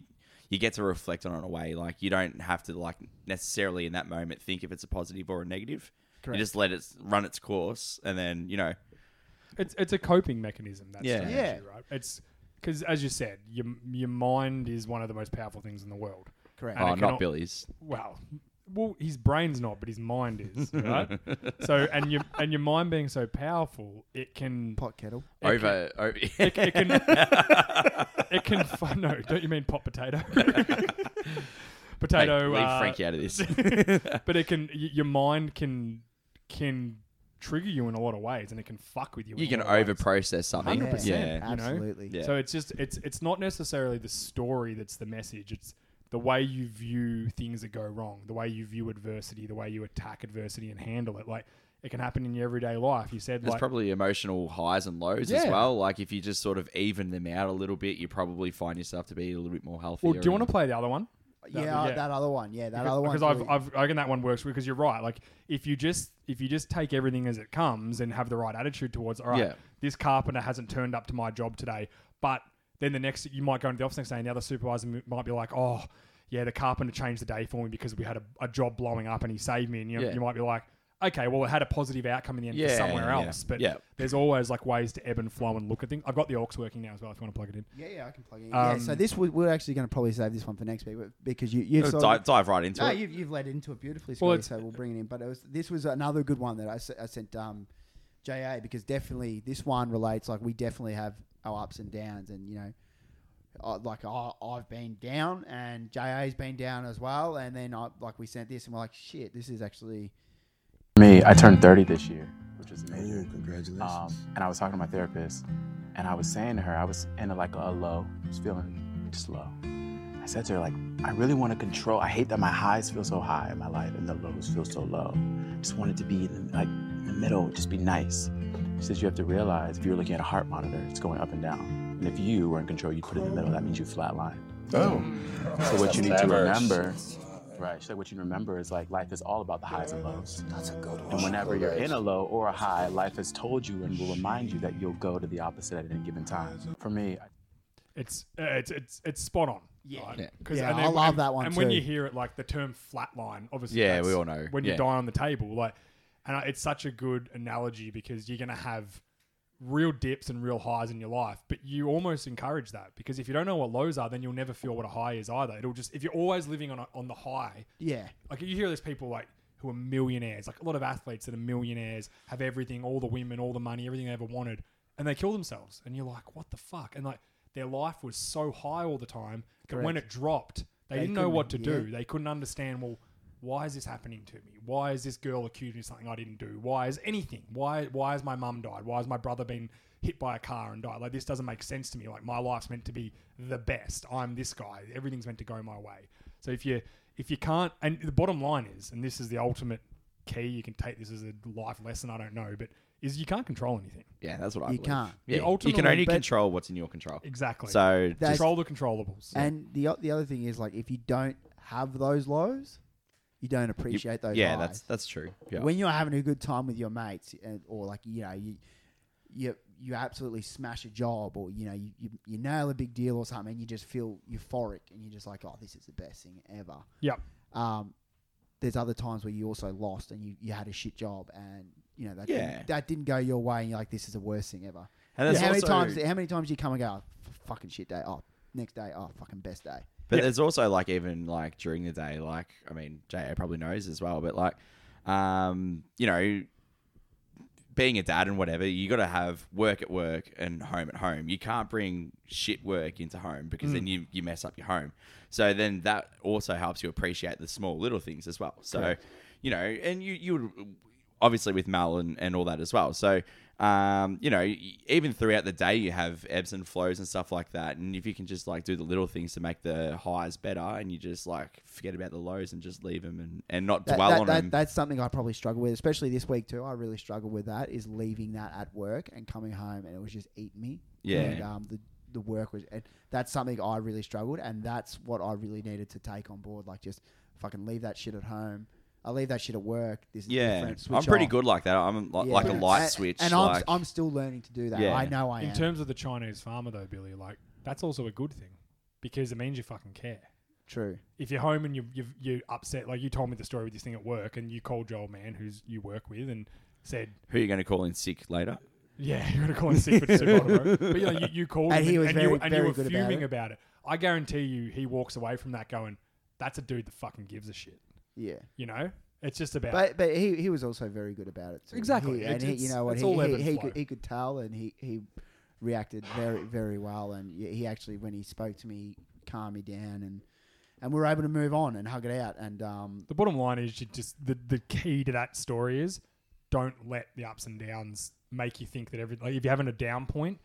Speaker 4: you get to reflect on it in a way. Like, you don't have to like necessarily in that moment think if it's a positive or a negative.
Speaker 3: Correct.
Speaker 4: You just let it s- run its course, and then you know.
Speaker 2: It's it's a coping mechanism. That
Speaker 4: Yeah.
Speaker 2: strategy,
Speaker 3: Yeah.
Speaker 2: right. It's because as you said, your your mind is one of the most powerful things in the world.
Speaker 3: Correct.
Speaker 2: And
Speaker 4: oh,
Speaker 2: it cannot-
Speaker 4: not Billy's.
Speaker 2: Well, well, his brain's not, but his mind is, right? so, and your and your mind being so powerful, it can
Speaker 3: Pot kettle.
Speaker 4: Over. over.
Speaker 2: it can it can fu- no don't you mean pot potato potato
Speaker 4: Hey, leave
Speaker 2: uh,
Speaker 4: Frankie out of this.
Speaker 2: but it can y- your mind can can trigger you in a lot of ways and it can fuck with you in
Speaker 4: you
Speaker 2: a
Speaker 4: can
Speaker 2: lot of
Speaker 4: over
Speaker 2: ways.
Speaker 4: process something.
Speaker 2: 100%.
Speaker 4: Yeah.
Speaker 2: you know?
Speaker 3: Absolutely.
Speaker 4: Yeah.
Speaker 2: so it's just it's it's not necessarily the story that's the message it's the way you view things that go wrong the way you view adversity the way you attack adversity and handle it like it can happen in your everyday life you said
Speaker 4: There's
Speaker 2: like
Speaker 4: probably emotional highs and lows as
Speaker 2: Yeah.
Speaker 4: well. Like if you just sort of even them out a little bit, you probably find yourself to be a little bit more healthy.
Speaker 2: well do you want to play the other one
Speaker 3: Yeah, uh,
Speaker 2: That- yeah.
Speaker 3: that other one. Yeah, that
Speaker 2: Because-
Speaker 3: other one.
Speaker 2: Because I've, I've, I reckon that one works because you're right. Like if you just if you just take everything as it comes and have the right attitude towards, all right,
Speaker 4: Yeah.
Speaker 2: this carpenter hasn't turned up to my job today, but then the next you might go into the office next day and the other supervisor m- might be like, oh, yeah, the carpenter changed the day for me because we had a, a job blowing up and he saved me, and you,
Speaker 4: Yeah.
Speaker 2: you might be like. Okay, well, it had a positive outcome in the end for
Speaker 4: Yeah,
Speaker 2: somewhere
Speaker 4: yeah,
Speaker 2: else, but
Speaker 4: yeah.
Speaker 2: there's always like ways to ebb and flow and look at things. I've got the aux working now as well. If you want to plug it in,
Speaker 3: yeah, yeah, I can plug it in. yeah,
Speaker 2: Um,
Speaker 3: so this we- we're actually going to probably save this one for next week but- because you you
Speaker 4: dive,
Speaker 3: sort of-
Speaker 4: dive right into
Speaker 3: no,
Speaker 4: it?
Speaker 3: you've, you've led into it beautifully, Scotty,
Speaker 2: Well,
Speaker 3: so we'll bring it in. But it was, this was another good one that I, s- I sent um, JA because definitely this one relates. Like, we definitely have our ups and downs, and, you know, I, like I, I've been down and JA's been down as well. And then, I, like, we sent this and we're like, shit, this is actually.
Speaker 6: me, I turned 30 this year, which is amazing.
Speaker 7: congratulations.
Speaker 6: Um, and I was talking to my therapist, and I was saying to her, I was in like a, a low, just feeling just low. I said to her, like, I really want to control. I hate that my highs feel so high in my life and the lows feel so low. Just wanted to be in the, like in the middle, just be nice. She says you have to realize if you're looking at a heart monitor, it's going up and down. And if you were in control, you put it in the middle. That means you flatline.
Speaker 7: Oh.
Speaker 6: So what you need to remember, right? She's like, what you remember is like life is all about the highs and lows.
Speaker 7: That's a good one.
Speaker 6: And whenever you're in a low or a high, life has told you and will remind you that you'll go to the opposite at any given time. For me,
Speaker 2: it's uh, it's it's it's spot on. Yeah,
Speaker 4: Yeah.
Speaker 3: Yeah, I love that one
Speaker 2: And when
Speaker 3: too.
Speaker 2: you hear it, like the term flatline, obviously,
Speaker 4: Yeah,
Speaker 2: that's
Speaker 4: we all know.
Speaker 2: when you
Speaker 4: Yeah.
Speaker 2: die on the table. Like, and I, it's such a good analogy because you're gonna have real dips and real highs in your life, but you almost encourage that because if you don't know what lows are, then you'll never feel what a high is either. It'll just if you're always living on a, on the high,
Speaker 3: Yeah.
Speaker 2: like you hear these people like who are millionaires, like a lot of athletes that are millionaires, have everything, all the women, all the money, everything they ever wanted, and they kill themselves. And you're like, what the fuck? And like their life was so high all the time that when it dropped, they, didn't know
Speaker 3: couldn't- e-
Speaker 2: what to do.
Speaker 3: yeah.
Speaker 2: They couldn't understand, well, why is this happening to me? Why is this girl accusing me of something I didn't do? Why is anything? Why why has my mum died? Why has my brother been hit by a car and died? Like this doesn't make sense to me. Like my life's meant to be the best. I'm this guy. Everything's meant to go my way. So if you if you can't and the bottom line is, and this is the ultimate key, you can take this as a life lesson, I don't know, but is you can't control anything.
Speaker 4: yeah, that's what I
Speaker 3: You
Speaker 4: believe.
Speaker 3: can't.
Speaker 2: You
Speaker 4: Yeah, you,
Speaker 2: ultimately-
Speaker 4: can only
Speaker 2: but-
Speaker 4: control what's in your control.
Speaker 2: Exactly.
Speaker 4: So
Speaker 3: That's-
Speaker 2: control the controllables.
Speaker 3: And the, o- the other thing is, like, if you don't have those lows, you don't
Speaker 4: you-
Speaker 3: appreciate those
Speaker 4: yeah,
Speaker 3: highs.
Speaker 4: that's that's true. Yeah.
Speaker 3: when you're having a good time with your mates and, or like you know you you you absolutely smash a job or you know you, you, you nail a big deal or something and you just feel euphoric and you're just like oh this is the best thing ever
Speaker 2: yep.
Speaker 3: um there's other times where you also lost and you, you had a shit job and you know that
Speaker 4: Yeah.
Speaker 3: didn't, that didn't go your way and you're like this is the worst thing ever
Speaker 4: and that's
Speaker 3: how many
Speaker 4: also-
Speaker 3: times how many times you come and go oh, f- fucking shit day oh next day oh fucking best day
Speaker 4: But there's also like even like during the day, like I mean, JA probably knows as well, but like, um, you know, being a dad and whatever, you got to have work at work and home at home. You can't bring shit work into home because
Speaker 3: Mm.
Speaker 4: then you you mess up your home. So then that also helps you appreciate the small little things as well. So, you know, and you you would obviously with Mal and, and all that as well. So, um, you know, y- even throughout the day, you have ebbs and flows and stuff like that. And if you can just like do the little things to make the highs better and you just like forget about the lows and just leave them and, and not
Speaker 3: That-
Speaker 4: dwell
Speaker 3: that-
Speaker 4: on
Speaker 3: that-
Speaker 4: them.
Speaker 3: That's something I probably struggle with, especially this week too. I really struggle with that. Is leaving that at work and coming home, and it was just eating me.
Speaker 4: Yeah.
Speaker 3: And, um, the the work was, and that's something I really struggled, and that's what I really needed to take on board. Like just fucking leave that shit at home. I leave that shit at work. This is
Speaker 4: yeah,
Speaker 3: different.
Speaker 4: I'm
Speaker 3: Switch
Speaker 4: pretty
Speaker 3: off.
Speaker 4: good like that. I'm like,
Speaker 3: Yeah.
Speaker 4: like a
Speaker 3: But-
Speaker 4: light
Speaker 3: and-
Speaker 4: switch.
Speaker 3: and
Speaker 4: like-
Speaker 3: I'm I'm still learning to do that.
Speaker 4: Yeah.
Speaker 3: I know I am.
Speaker 2: In terms of the Chinese farmer though, Billy, like that's also a good thing because it means you fucking care.
Speaker 3: True.
Speaker 2: if you're home and you you you upset, like you told me the story with this thing at work, and you called your old man who's you work with and said,
Speaker 4: Who are you going to call in sick later?
Speaker 2: "Yeah, you're gonna call him sick for the Super Bowl tomorrow." But you, know, you, you called
Speaker 3: And
Speaker 2: him
Speaker 3: he was
Speaker 2: and,
Speaker 3: very-
Speaker 2: you, and
Speaker 3: very
Speaker 2: you were
Speaker 3: good about
Speaker 2: fuming
Speaker 3: it.
Speaker 2: about it. I guarantee you, he walks away from that going, that's a dude that fucking gives a shit.
Speaker 3: Yeah.
Speaker 2: You know, it's just about
Speaker 3: But but he, he was also very good about it. too.
Speaker 2: Exactly.
Speaker 3: He-
Speaker 2: It's-
Speaker 3: and he, you
Speaker 2: it's-
Speaker 3: know what
Speaker 2: it's
Speaker 3: he,
Speaker 2: all ebb
Speaker 3: he,
Speaker 2: and
Speaker 3: he
Speaker 2: flow.
Speaker 3: could, he could tell, and he, he reacted very very well, and y- he actually when he spoke to me, he calmed me down, and and we were able to move on and hug it out, and um
Speaker 2: the bottom line is you just the, the key to that story is don't let the ups and downs make you think that every like if you're having a down point,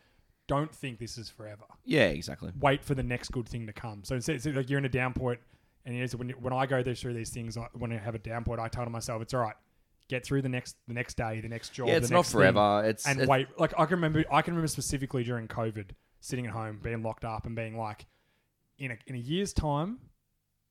Speaker 2: don't think this is forever.
Speaker 4: Yeah, exactly.
Speaker 2: wait for the next good thing to come. So instead, it's like you're in a down point, and you know, so when you, when I go there through these things, I, when I have a down point, I tell myself it's all right. Get through the next the next day, the next job.
Speaker 4: Yeah, it's
Speaker 2: the
Speaker 4: not
Speaker 2: next thing,
Speaker 4: forever. It's-
Speaker 2: and
Speaker 4: it's-
Speaker 2: wait. Like I can remember, I can remember specifically during COVID, sitting at home, being locked up, and being like, in a, in a year's time,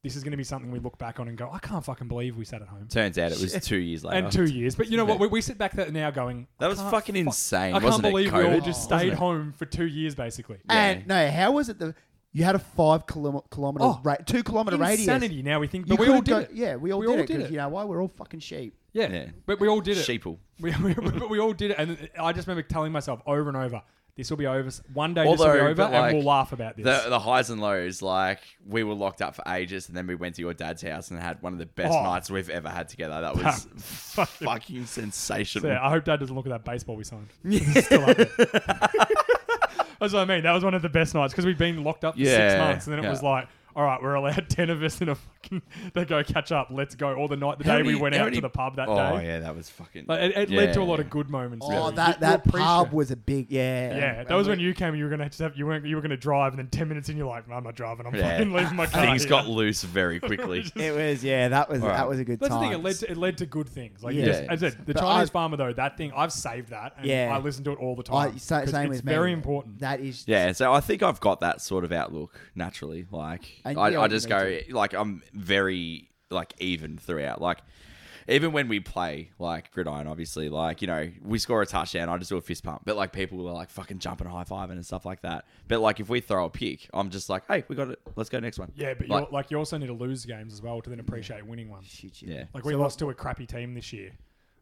Speaker 2: this is going to be something we look back on and go, I can't fucking believe we sat at home.
Speaker 4: Turns out it was two years later.
Speaker 2: And two years, but you know what? We, we sit back there now going,
Speaker 4: That
Speaker 2: I
Speaker 4: was
Speaker 2: can't
Speaker 4: fucking insane,
Speaker 2: I can't
Speaker 4: wasn't it,
Speaker 2: believe we
Speaker 4: COVID?
Speaker 2: all just
Speaker 4: Wasn't
Speaker 2: stayed
Speaker 4: it?
Speaker 2: home for two years, basically.
Speaker 3: and no, how was it the you had a five kilometer kilometer
Speaker 2: Oh,
Speaker 3: ra- two kilometer radius.
Speaker 2: Insanity. Now we think, but
Speaker 3: You
Speaker 2: we all
Speaker 3: could've
Speaker 2: did
Speaker 3: done-
Speaker 2: it.
Speaker 3: Yeah, we all
Speaker 2: We
Speaker 3: did
Speaker 2: all
Speaker 3: it.
Speaker 2: did
Speaker 3: 'cause,
Speaker 2: it.
Speaker 3: You know why? We're all fucking sheep.
Speaker 2: Yeah.
Speaker 4: Yeah.
Speaker 2: But we all did it.
Speaker 4: Sheeple.
Speaker 2: We, we, but we all did it. And I just remember telling myself over and over, this will be over. s- One day this will be
Speaker 4: Although,
Speaker 2: over
Speaker 4: but,
Speaker 2: and
Speaker 4: like,
Speaker 2: we'll laugh about this.
Speaker 4: The, the highs and lows, like we were locked up for ages, and then we went to your dad's house and had one of the best
Speaker 2: Oh.
Speaker 4: nights we've ever had together. That was
Speaker 2: That was fucking-
Speaker 4: fucking sensational.
Speaker 2: So, yeah, I hope Dad doesn't look at that baseball we signed. It's still up there. That's what I mean. That was one of the best nights because we'd been locked up for six
Speaker 4: Yeah,
Speaker 2: months, and then it
Speaker 4: yeah.
Speaker 2: was like, all right, we're allowed ten of us in a fucking. They go catch up. Let's go. All the night, the
Speaker 4: How
Speaker 2: day
Speaker 4: many-
Speaker 2: we went
Speaker 4: how
Speaker 2: out
Speaker 4: many-
Speaker 2: to the pub that
Speaker 4: oh,
Speaker 2: day.
Speaker 4: yeah, that was fucking.
Speaker 2: Like, it it led to a
Speaker 4: Yeah.
Speaker 2: lot of good moments.
Speaker 3: Oh,
Speaker 2: really.
Speaker 3: that
Speaker 2: You- you
Speaker 3: that pub
Speaker 2: appreciate-
Speaker 3: was a big yeah.
Speaker 2: Yeah, that was when you came. and You were gonna just have you weren't you were gonna drive, and then ten minutes in, you're like, "No, I'm not driving. I'm
Speaker 4: Yeah.
Speaker 2: fucking leaving my car."
Speaker 4: Things
Speaker 2: here."
Speaker 4: got loose very quickly.
Speaker 3: It was yeah. That was
Speaker 4: Alright.
Speaker 3: that was a good
Speaker 2: That's
Speaker 3: time.
Speaker 2: the thing. It led to it led to good things. Like
Speaker 3: Yeah.
Speaker 2: just, as I said, the
Speaker 3: But
Speaker 2: Chinese
Speaker 3: I-
Speaker 2: farmer though, that thing I've saved that. And
Speaker 3: Yeah.
Speaker 2: I listen to it all the
Speaker 3: I-
Speaker 2: time.
Speaker 3: sa-
Speaker 2: 'cause
Speaker 3: same
Speaker 2: it's
Speaker 3: with me.
Speaker 2: very important.
Speaker 3: That is
Speaker 4: Yeah, so I think I've got that sort of outlook naturally. Like
Speaker 3: And
Speaker 4: I,
Speaker 3: yeah,
Speaker 4: I
Speaker 3: you
Speaker 4: just
Speaker 3: need
Speaker 4: go like I'm very like even throughout. Like even when we play like gridiron, obviously, like you know we score a touchdown, I just do a fist pump. But like people are like fucking jumping, high fiving and stuff like that. But like if we throw a pick, I'm just like, hey, we got it. Let's go next one.
Speaker 2: yeah, but
Speaker 4: like,
Speaker 2: you're, like you also need to lose games as well to then appreciate winning one.
Speaker 3: shit.
Speaker 4: yeah,
Speaker 2: Like we lost to a crappy team this year,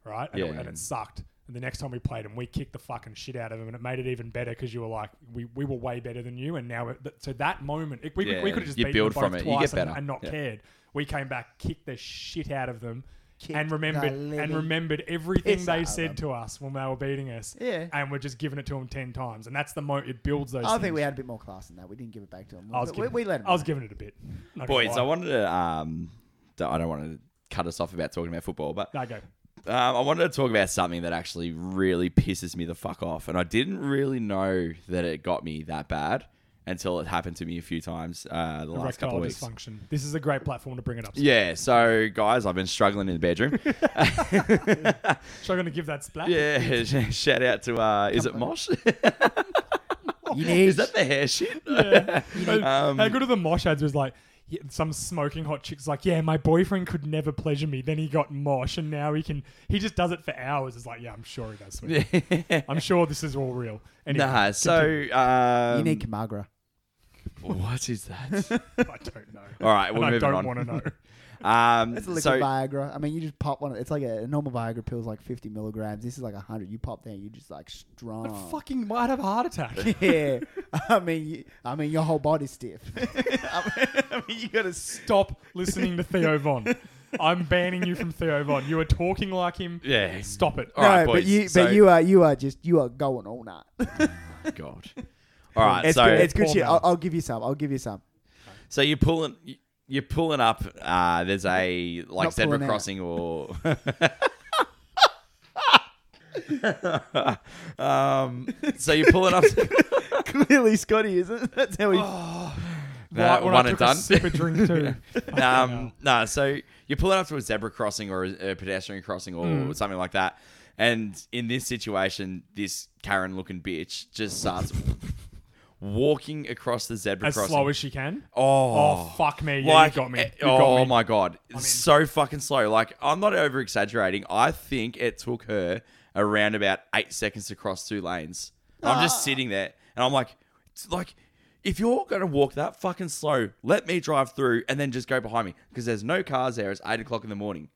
Speaker 2: right? And, it,
Speaker 4: Yeah.
Speaker 2: and it sucked. And the next time we played them, we kicked the fucking shit out of them, and it made it even better because you were like, we, we were way better than you, and now it, th- so that moment, it, we, could, we
Speaker 4: Yeah,
Speaker 2: could have just
Speaker 4: you
Speaker 2: beaten
Speaker 4: build
Speaker 2: them both
Speaker 4: from it, you
Speaker 2: twice
Speaker 4: get
Speaker 2: and,
Speaker 4: better.
Speaker 2: and not
Speaker 4: Yeah.
Speaker 2: cared. We came back, kicked the shit out of them,
Speaker 3: Kicked
Speaker 2: and
Speaker 3: the
Speaker 2: remembered and
Speaker 3: living
Speaker 2: remembered everything
Speaker 3: piss
Speaker 2: they
Speaker 3: out of
Speaker 2: said
Speaker 3: them.
Speaker 2: to us when they were beating us.
Speaker 3: Yeah.
Speaker 2: and we're just giving it to them ten times, and that's the mo. It builds those.
Speaker 3: I think
Speaker 2: things.
Speaker 3: we had a bit more class than that. We didn't give it back to him.
Speaker 2: I was
Speaker 3: But we,
Speaker 2: giving,
Speaker 3: we let him.
Speaker 2: I was giving it a bit. Not gonna
Speaker 4: boys,
Speaker 2: lie.
Speaker 4: I wanted to. um d- I don't want to cut us off about talking about football, but
Speaker 2: No, go.
Speaker 4: Um, I wanted to talk about something that actually really pisses me the fuck off, and I didn't really know that it got me that bad until it happened to me a few times uh, the last
Speaker 2: Erectile
Speaker 4: couple of weeks.
Speaker 2: dysfunction. This is a great platform to bring it up.
Speaker 4: Yeah, so guys, I've been struggling in the bedroom.
Speaker 2: So I'm going to give that splat.
Speaker 4: yeah, sh- shout out to uh, is it Mosh?
Speaker 3: You need
Speaker 4: is that the hair shit?
Speaker 2: um, How good are the mosh ads was like yeah, some smoking hot chicks like, yeah, my boyfriend could never pleasure me. Then he got mosh, and now he can. He just does it for hours. It's like, yeah, I'm sure he does. sweetie. I'm sure this is all real. Anyway,
Speaker 4: nah, so
Speaker 3: you
Speaker 4: um,
Speaker 3: need Kamagra.
Speaker 4: what is that?
Speaker 2: I don't know.
Speaker 4: All right, we're
Speaker 2: and I
Speaker 4: moving
Speaker 2: don't
Speaker 4: on.
Speaker 2: want to know.
Speaker 4: Um,
Speaker 3: It's a liquid
Speaker 4: so
Speaker 3: Viagra. I mean, you just pop one. It's like a, a normal Viagra pill is like 50 milligrams. This is like 100. You pop that, you just like strong.
Speaker 4: Oh.
Speaker 2: Fucking might have a heart attack.
Speaker 3: Yeah. I mean, you, I mean, your whole body's stiff. I mean, I mean, you got to.
Speaker 2: Stop listening to Theo Von. I'm banning you from Theo Von. You are talking like him.
Speaker 4: yeah,
Speaker 2: Stop it.
Speaker 4: All right,
Speaker 3: no, but
Speaker 4: boys,
Speaker 3: you,
Speaker 4: so-
Speaker 3: but you are, you are just, you are going all night.
Speaker 4: God. All right,
Speaker 3: It's
Speaker 4: so
Speaker 3: good, it's good
Speaker 2: Poor
Speaker 3: shit.
Speaker 2: man.
Speaker 3: I'll, I'll give you some. I'll give you some.
Speaker 4: So you're pulling, you're pulling up. Uh, there's a like
Speaker 3: Not
Speaker 4: zebra
Speaker 3: pulling out.
Speaker 4: crossing or. um, so you're pulling up.
Speaker 3: Clearly, Scotty isn't. That's how he.
Speaker 4: Oh, Nah,
Speaker 2: Right when
Speaker 4: one
Speaker 2: I
Speaker 4: and
Speaker 2: took
Speaker 4: done.
Speaker 2: a sip of drink too.
Speaker 4: um, no, so you're pulling up to a zebra crossing or a, a pedestrian crossing or
Speaker 2: Hmm.
Speaker 4: something like that. And in this situation, this Karen-looking bitch just starts walking across the zebra
Speaker 2: As
Speaker 4: crossing.
Speaker 2: slow as she can.
Speaker 4: Oh,
Speaker 2: Oh, fuck me. Yeah,
Speaker 4: Like,
Speaker 2: you got me.
Speaker 4: eh,
Speaker 2: You
Speaker 4: oh
Speaker 2: got me.
Speaker 4: my god, so fucking slow. Like I'm not over exaggerating. I think it took her around about eight seconds to cross two lanes. I'm
Speaker 3: Ah.
Speaker 4: just sitting there, and I'm like, it's like. If you're gonna walk that fucking slow, let me drive through and then just go behind me because there's no cars there. It's eight o'clock in the morning.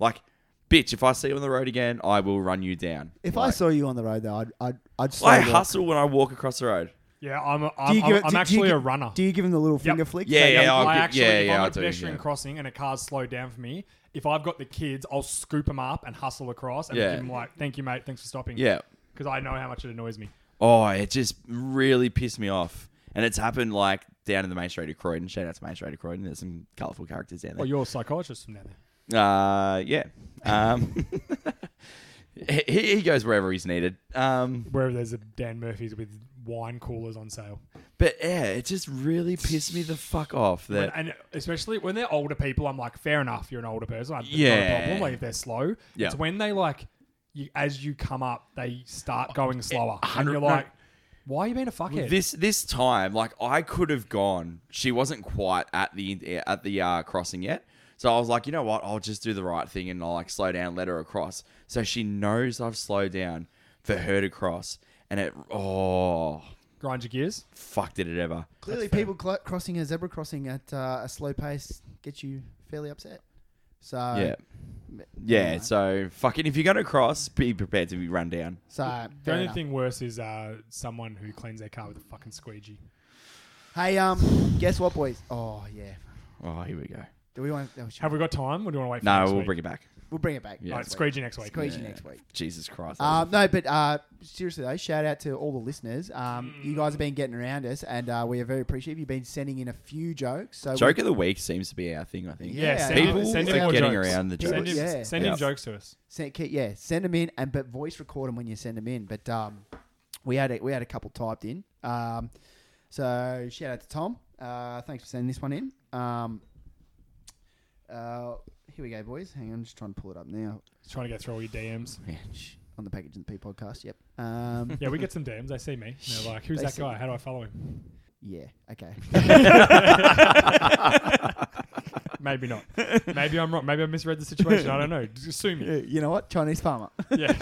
Speaker 4: Like, bitch, if I see you on the road again, I will run you down.
Speaker 3: If I
Speaker 4: Like,
Speaker 3: saw you on the road though, I'd, I'd, I'd slow
Speaker 4: I
Speaker 3: walk.
Speaker 4: hustle when I walk across the road.
Speaker 2: Yeah, I'm. A,
Speaker 3: Do
Speaker 2: I'm,
Speaker 3: you give
Speaker 2: I'm, I'm
Speaker 3: it- do- do you
Speaker 2: actually a
Speaker 3: give-
Speaker 2: runner.
Speaker 3: Do you give him the little finger flick?
Speaker 4: Yeah,
Speaker 3: Say,
Speaker 4: yeah, I'll
Speaker 2: I
Speaker 4: gi-
Speaker 2: actually,
Speaker 4: yeah,
Speaker 2: if
Speaker 4: yeah,
Speaker 2: I'm
Speaker 4: I
Speaker 2: at a
Speaker 4: do,
Speaker 2: pedestrian
Speaker 4: yeah.
Speaker 2: crossing and a car's slowed down for me, if I've got the kids, I'll scoop them up and hustle across and
Speaker 4: Yeah.
Speaker 2: give them like, "Thank you, mate. Thanks for stopping."
Speaker 4: Yeah.
Speaker 2: because I know how much it annoys me.
Speaker 4: Oh, it just really pissed me off. And it's happened like down in the main street of Croydon. Shout out to main street of Croydon. There's some colourful characters down there.
Speaker 2: Well, Oh, you're a psychiatrist from down there.
Speaker 4: Uh, yeah. Um, he, he goes wherever he's needed. Um,
Speaker 2: Wherever there's a Dan Murphy's with wine coolers on sale,
Speaker 4: but yeah, it just really pissed me the fuck off
Speaker 2: and,
Speaker 4: that.
Speaker 2: and especially when they're older people, I'm like, "Fair enough, you're an older person. I- it's not a
Speaker 4: Yeah.
Speaker 2: problem. Like if they're slow,
Speaker 4: Yeah.
Speaker 2: it's when they like, you, as you come up, they start going slower, and
Speaker 4: Oh, eh, hundred-
Speaker 2: you're
Speaker 4: no.
Speaker 2: like, "Why are you being a fuckhead?"
Speaker 4: This this time, like I could have gone. She wasn't quite at the at the uh, crossing yet, so I was like, you know what? I'll just do the right thing and I'll like slow down, let her across, so she knows I've slowed down for her to cross. And it oh
Speaker 2: Grind your gears.
Speaker 4: fuck did it ever?
Speaker 3: Clearly, people cl- crossing a zebra crossing at uh, a slow pace get you fairly upset. So
Speaker 4: yeah, yeah. So fucking if you're gonna cross, be prepared to be run down.
Speaker 3: So
Speaker 2: The
Speaker 3: fair
Speaker 2: only
Speaker 3: enough.
Speaker 2: thing worse is uh, someone who cleans their car with a fucking squeegee.
Speaker 3: Hey, um, guess what, boys? Oh yeah.
Speaker 4: Oh, here we go.
Speaker 3: Do we want? Oh,
Speaker 2: Have we got time, or do you want to wait? For
Speaker 4: No,
Speaker 2: next
Speaker 4: we'll
Speaker 2: week?
Speaker 4: bring it back.
Speaker 3: will bring it back.
Speaker 4: Yeah.
Speaker 2: All right, squeegee next week.
Speaker 3: Squeegee next week.
Speaker 4: Jesus Christ.
Speaker 3: Um, no, but uh, seriously though, shout out to all the listeners. Um, you guys have been getting around us, and uh, we are very appreciative. You've been sending in a few jokes. So we-
Speaker 4: Joke of the week seems to be our thing. I think.
Speaker 2: Yeah,
Speaker 3: Yeah,
Speaker 2: send,
Speaker 4: People
Speaker 2: in, send in
Speaker 4: are
Speaker 2: more
Speaker 4: getting
Speaker 2: jokes.
Speaker 4: around the
Speaker 3: People-
Speaker 4: jokes.
Speaker 2: Send, in,
Speaker 3: Yeah.
Speaker 2: send in
Speaker 4: Yeah.
Speaker 2: jokes to us.
Speaker 3: Send, ke- yeah, send them in, and but voice record them when you send them in. But um, we had a, we had a couple typed in. Um, so shout out to Tom. Uh, thanks for sending this one in. Um, uh, here we go, boys. Hang on, I'm just trying to pull it up now
Speaker 2: Just trying to get through all your DMs.
Speaker 3: on the package and the P podcast. Yep. Um,
Speaker 2: Yeah, we get some DMs. They see me. and They're like, "Who's
Speaker 3: They
Speaker 2: that
Speaker 3: see
Speaker 2: guy?
Speaker 3: you.
Speaker 2: How do I follow him?"
Speaker 3: yeah. Okay.
Speaker 2: Maybe not. Maybe I'm wrong. Maybe I misread the situation. I don't know. Just sue me.
Speaker 3: you know what? Chinese farmer.
Speaker 2: Yeah.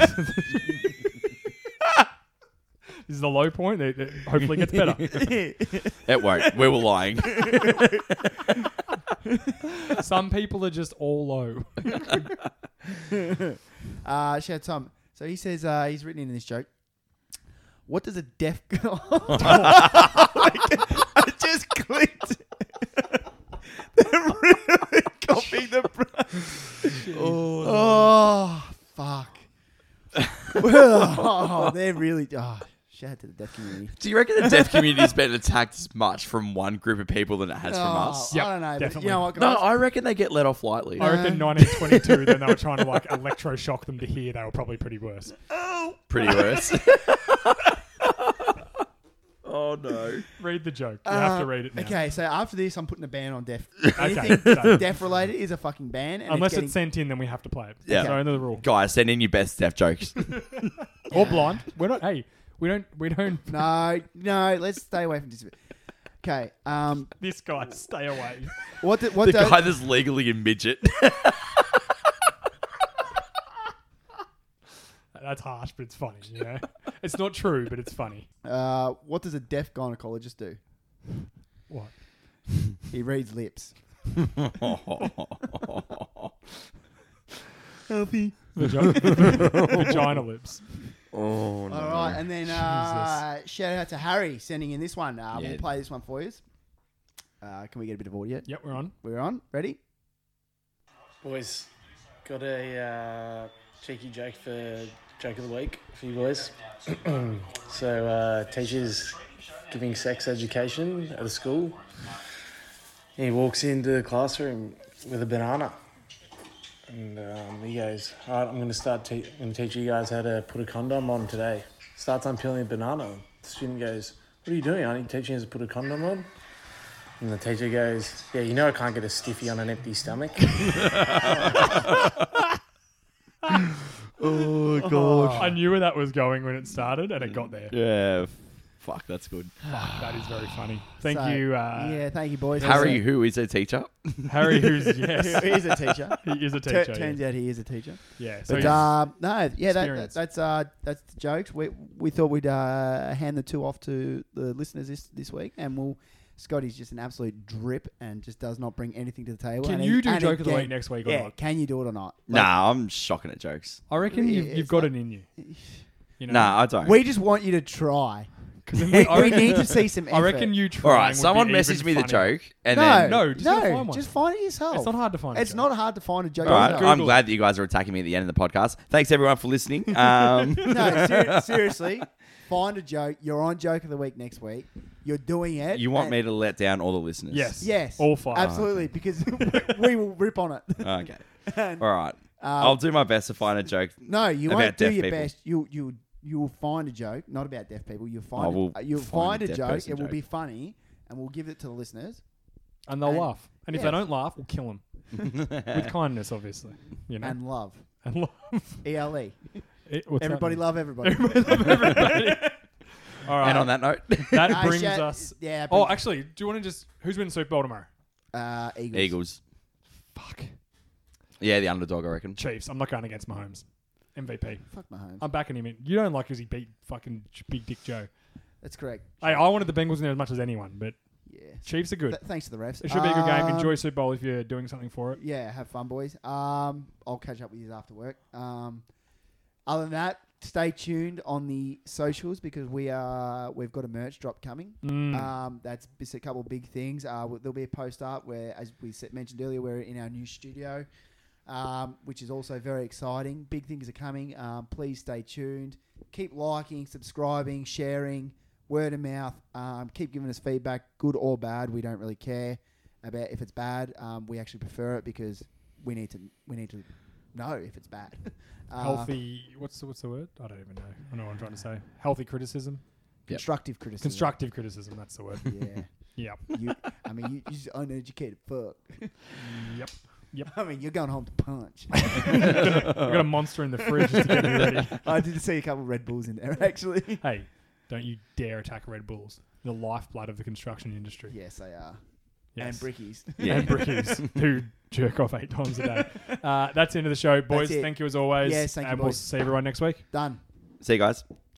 Speaker 2: this is the low point. It, it hopefully gets better.
Speaker 4: It won't. We were lying.
Speaker 2: Some people are just all low.
Speaker 3: Uh, shout out to Tom. So he says uh, he's written in this joke. What does a deaf girl? I just clicked. They're really copying the. oh, fuck! oh, they're really. Oh, shout out to the deaf community.
Speaker 4: Do you reckon the deaf community's been attacked as much from one group of people than it has from
Speaker 3: Oh,
Speaker 4: us?
Speaker 2: Yep,
Speaker 3: I don't know. But
Speaker 2: definitely.
Speaker 3: you know what?
Speaker 4: No,
Speaker 3: guys?
Speaker 4: I reckon they get let off lightly.
Speaker 2: I reckon
Speaker 3: Uh.
Speaker 2: 1922, then they were trying to like electroshock them to hear. They were probably pretty worse.
Speaker 4: Pretty worse. oh no.
Speaker 2: Read the joke. You have
Speaker 3: Uh,
Speaker 2: to read it now.
Speaker 3: Okay, so after this, I'm putting a ban on deaf.
Speaker 2: Okay,
Speaker 3: Anything
Speaker 2: so-
Speaker 3: deaf related is a fucking ban. And
Speaker 2: Unless
Speaker 3: it's
Speaker 2: it's sent in, then we have to play it.
Speaker 4: Yeah.
Speaker 2: So under the rule.
Speaker 4: Guys, send in your best deaf jokes.
Speaker 2: Or blind. We're not. Hey, we don't. We don't.
Speaker 3: No, no, let's stay away from disability. Okay. Um,
Speaker 2: This guy, stay away.
Speaker 3: what do, what
Speaker 4: the
Speaker 3: do,
Speaker 4: guy that's legally a midget.
Speaker 2: That's harsh, but it's funny. You know, it's not true, but it's funny.
Speaker 3: uh, what does a deaf gynecologist do?
Speaker 2: What?
Speaker 3: He reads lips. Healthy.
Speaker 2: Vagi- vagina lips.
Speaker 4: oh
Speaker 3: All right, and then uh, shout out to Harry sending in this one. Uh,
Speaker 4: Yeah.
Speaker 3: We'll play this one for you. Uh, can we get a bit of audio?
Speaker 2: Yep, we're on.
Speaker 3: We're on. Ready?
Speaker 7: Boys, got a uh, cheeky joke for joke of the week for you boys. so uh, teachers giving sex education at a school. He walks into the classroom with a banana, and um, he goes, "All right, I'm going to start. Te- I'm going to teach you guys how to put a condom on today." Starts unpeeling a banana. The student goes, "What are you doing? Aren't you teaching us to put a condom on?" And the teacher goes, "Yeah, you know I can't get a stiffy on an empty stomach."
Speaker 4: Oh,
Speaker 2: Oh, I knew where that was going when it started, and it got there.
Speaker 4: Yeah. f- Fuck, that's good.
Speaker 2: That is very funny. Thank
Speaker 3: So,
Speaker 2: you, uh,
Speaker 3: yeah, thank you, boys.
Speaker 4: Harry, who is a teacher?
Speaker 2: Harry. Who's
Speaker 3: Who
Speaker 2: yes,
Speaker 3: is a teacher.
Speaker 2: he is a
Speaker 3: Tur-
Speaker 2: teacher.
Speaker 3: turns
Speaker 2: yeah.
Speaker 3: out he is a teacher.
Speaker 2: yeah. So
Speaker 3: But
Speaker 2: he's-
Speaker 3: uh, no, yeah, that, that,
Speaker 2: Experience.
Speaker 3: that's uh, that's the jokes. We we thought we'd uh, hand the two off to the listeners this this week, and we'll. Scotty's just an absolute drip and just does not bring anything to the table.
Speaker 2: Can
Speaker 3: And
Speaker 2: you
Speaker 3: he-
Speaker 2: do
Speaker 3: and
Speaker 2: joke of the
Speaker 3: again-
Speaker 2: week next week or
Speaker 3: Yeah,
Speaker 2: not?
Speaker 3: can you do it or not?
Speaker 4: nah, I'm shocking at jokes.
Speaker 2: I reckon
Speaker 3: Yeah,
Speaker 2: you've,
Speaker 3: it's
Speaker 2: you've got
Speaker 3: like-
Speaker 2: it in you. you know?
Speaker 4: Nah, I don't.
Speaker 3: We just want you to try.
Speaker 2: 'Cause then we- I
Speaker 3: we
Speaker 2: reckon-
Speaker 3: need to see some effort.
Speaker 2: I reckon you
Speaker 4: All
Speaker 2: trying
Speaker 4: right,
Speaker 2: would
Speaker 4: someone
Speaker 2: be
Speaker 4: messaged
Speaker 2: even
Speaker 4: me the
Speaker 2: funnier.
Speaker 4: joke, and
Speaker 3: No,
Speaker 4: then
Speaker 2: No, just
Speaker 3: no,
Speaker 2: go find one.
Speaker 3: just find it yourself.
Speaker 2: It's not hard to find a
Speaker 3: It's
Speaker 2: joke.
Speaker 3: not hard to find a joke.
Speaker 4: All right,
Speaker 3: yourself.
Speaker 4: I'm
Speaker 2: Google
Speaker 4: glad that you guys are attacking me at the end of the podcast. Thanks everyone for listening. Um,
Speaker 3: no, ser- seriously, find a joke. You're on joke of the week next week. You're doing it.
Speaker 4: you want
Speaker 3: and-
Speaker 4: me to let down all the listeners?
Speaker 2: Yes.
Speaker 3: Yes,
Speaker 2: All five.
Speaker 3: Absolutely, because we will rip on it.
Speaker 4: Okay. All right.
Speaker 2: Um,
Speaker 4: I'll do my best to find a joke.
Speaker 3: No, you
Speaker 4: About
Speaker 3: won't do
Speaker 4: deaf
Speaker 3: your
Speaker 4: people.
Speaker 3: best. You you you will find a joke, not about deaf people. You'll
Speaker 4: I
Speaker 3: find
Speaker 4: will
Speaker 3: a- uh, you'll
Speaker 4: find
Speaker 3: find,
Speaker 4: a
Speaker 3: a
Speaker 4: deaf
Speaker 3: joke.
Speaker 4: person
Speaker 3: It will
Speaker 4: joke.
Speaker 3: be funny, and we'll give it to the listeners.
Speaker 2: And they'll
Speaker 3: And-
Speaker 2: laugh. And if
Speaker 3: yeah.
Speaker 2: they don't laugh, we'll kill them. With kindness, obviously. You know?
Speaker 3: And love,
Speaker 2: And love.
Speaker 3: E L E.
Speaker 2: It- what's that
Speaker 3: Everybody
Speaker 2: mean?
Speaker 3: love everybody.
Speaker 2: All right.
Speaker 4: And on that note,
Speaker 2: that
Speaker 3: I
Speaker 2: brings
Speaker 3: sha-
Speaker 2: us.
Speaker 3: yeah, it
Speaker 2: Oh,
Speaker 3: brings-
Speaker 2: actually, do you want to just. Who's winning Super Bowl tomorrow?
Speaker 3: Uh, Eagles.
Speaker 4: Eagles.
Speaker 2: Fuck.
Speaker 4: Yeah, the underdog, I reckon.
Speaker 2: Chiefs. I'm not going against Mahomes. MVP.
Speaker 3: Fuck Mahomes.
Speaker 2: I'm backing him in. You don't like because he beat fucking Ch- Big Dick Joe.
Speaker 3: That's correct.
Speaker 2: Hey, I wanted the Bengals in there as much as anyone, but
Speaker 3: Yeah.
Speaker 2: Chiefs are good.
Speaker 3: Th- thanks to the refs.
Speaker 2: It should be a good game.
Speaker 3: Um,
Speaker 2: Enjoy Super Bowl if you're doing something for it.
Speaker 3: Yeah, have fun, boys. Um, I'll catch up with you after work. Um, other than that, stay tuned on the socials because we are we've got a merch drop coming. Um, that's just a couple of big things. Uh, w- there'll be a post up where, as we said, mentioned earlier, we're in our new studio, um, which is also very exciting. Big things are coming. Um, please stay tuned. Keep liking, subscribing, sharing. Word of mouth. Um, keep giving us feedback, good or bad. We don't really care about if it's bad. Um, we actually prefer it because we need to we need to know if it's bad. Uh,
Speaker 2: Healthy. What's the, what's the word? I don't even know. I don't know what I'm trying to say. Healthy criticism.
Speaker 3: constructive criticism.
Speaker 2: Constructive criticism. That's the word.
Speaker 3: Yeah.
Speaker 2: yep.
Speaker 3: You, I mean, you, you just uneducated fuck.
Speaker 2: Yep. Yep.
Speaker 3: I mean, you're going home to punch.
Speaker 2: I've got a monster in the fridge to get me ready.
Speaker 3: I did see a couple of Red Bulls in there, actually.
Speaker 2: Hey, don't you dare attack Red Bulls. The lifeblood of the construction industry.
Speaker 3: Yes, they are.
Speaker 2: Yes.
Speaker 3: And brickies.
Speaker 4: Yeah.
Speaker 2: and brickies who jerk off eight times a day. Uh, that's the end of the show, boys.
Speaker 3: That's it.
Speaker 2: Thank you as always.
Speaker 3: Yes, thank you,
Speaker 2: and we'll
Speaker 3: boys.
Speaker 2: see everyone next week.
Speaker 3: Done.
Speaker 4: See you guys.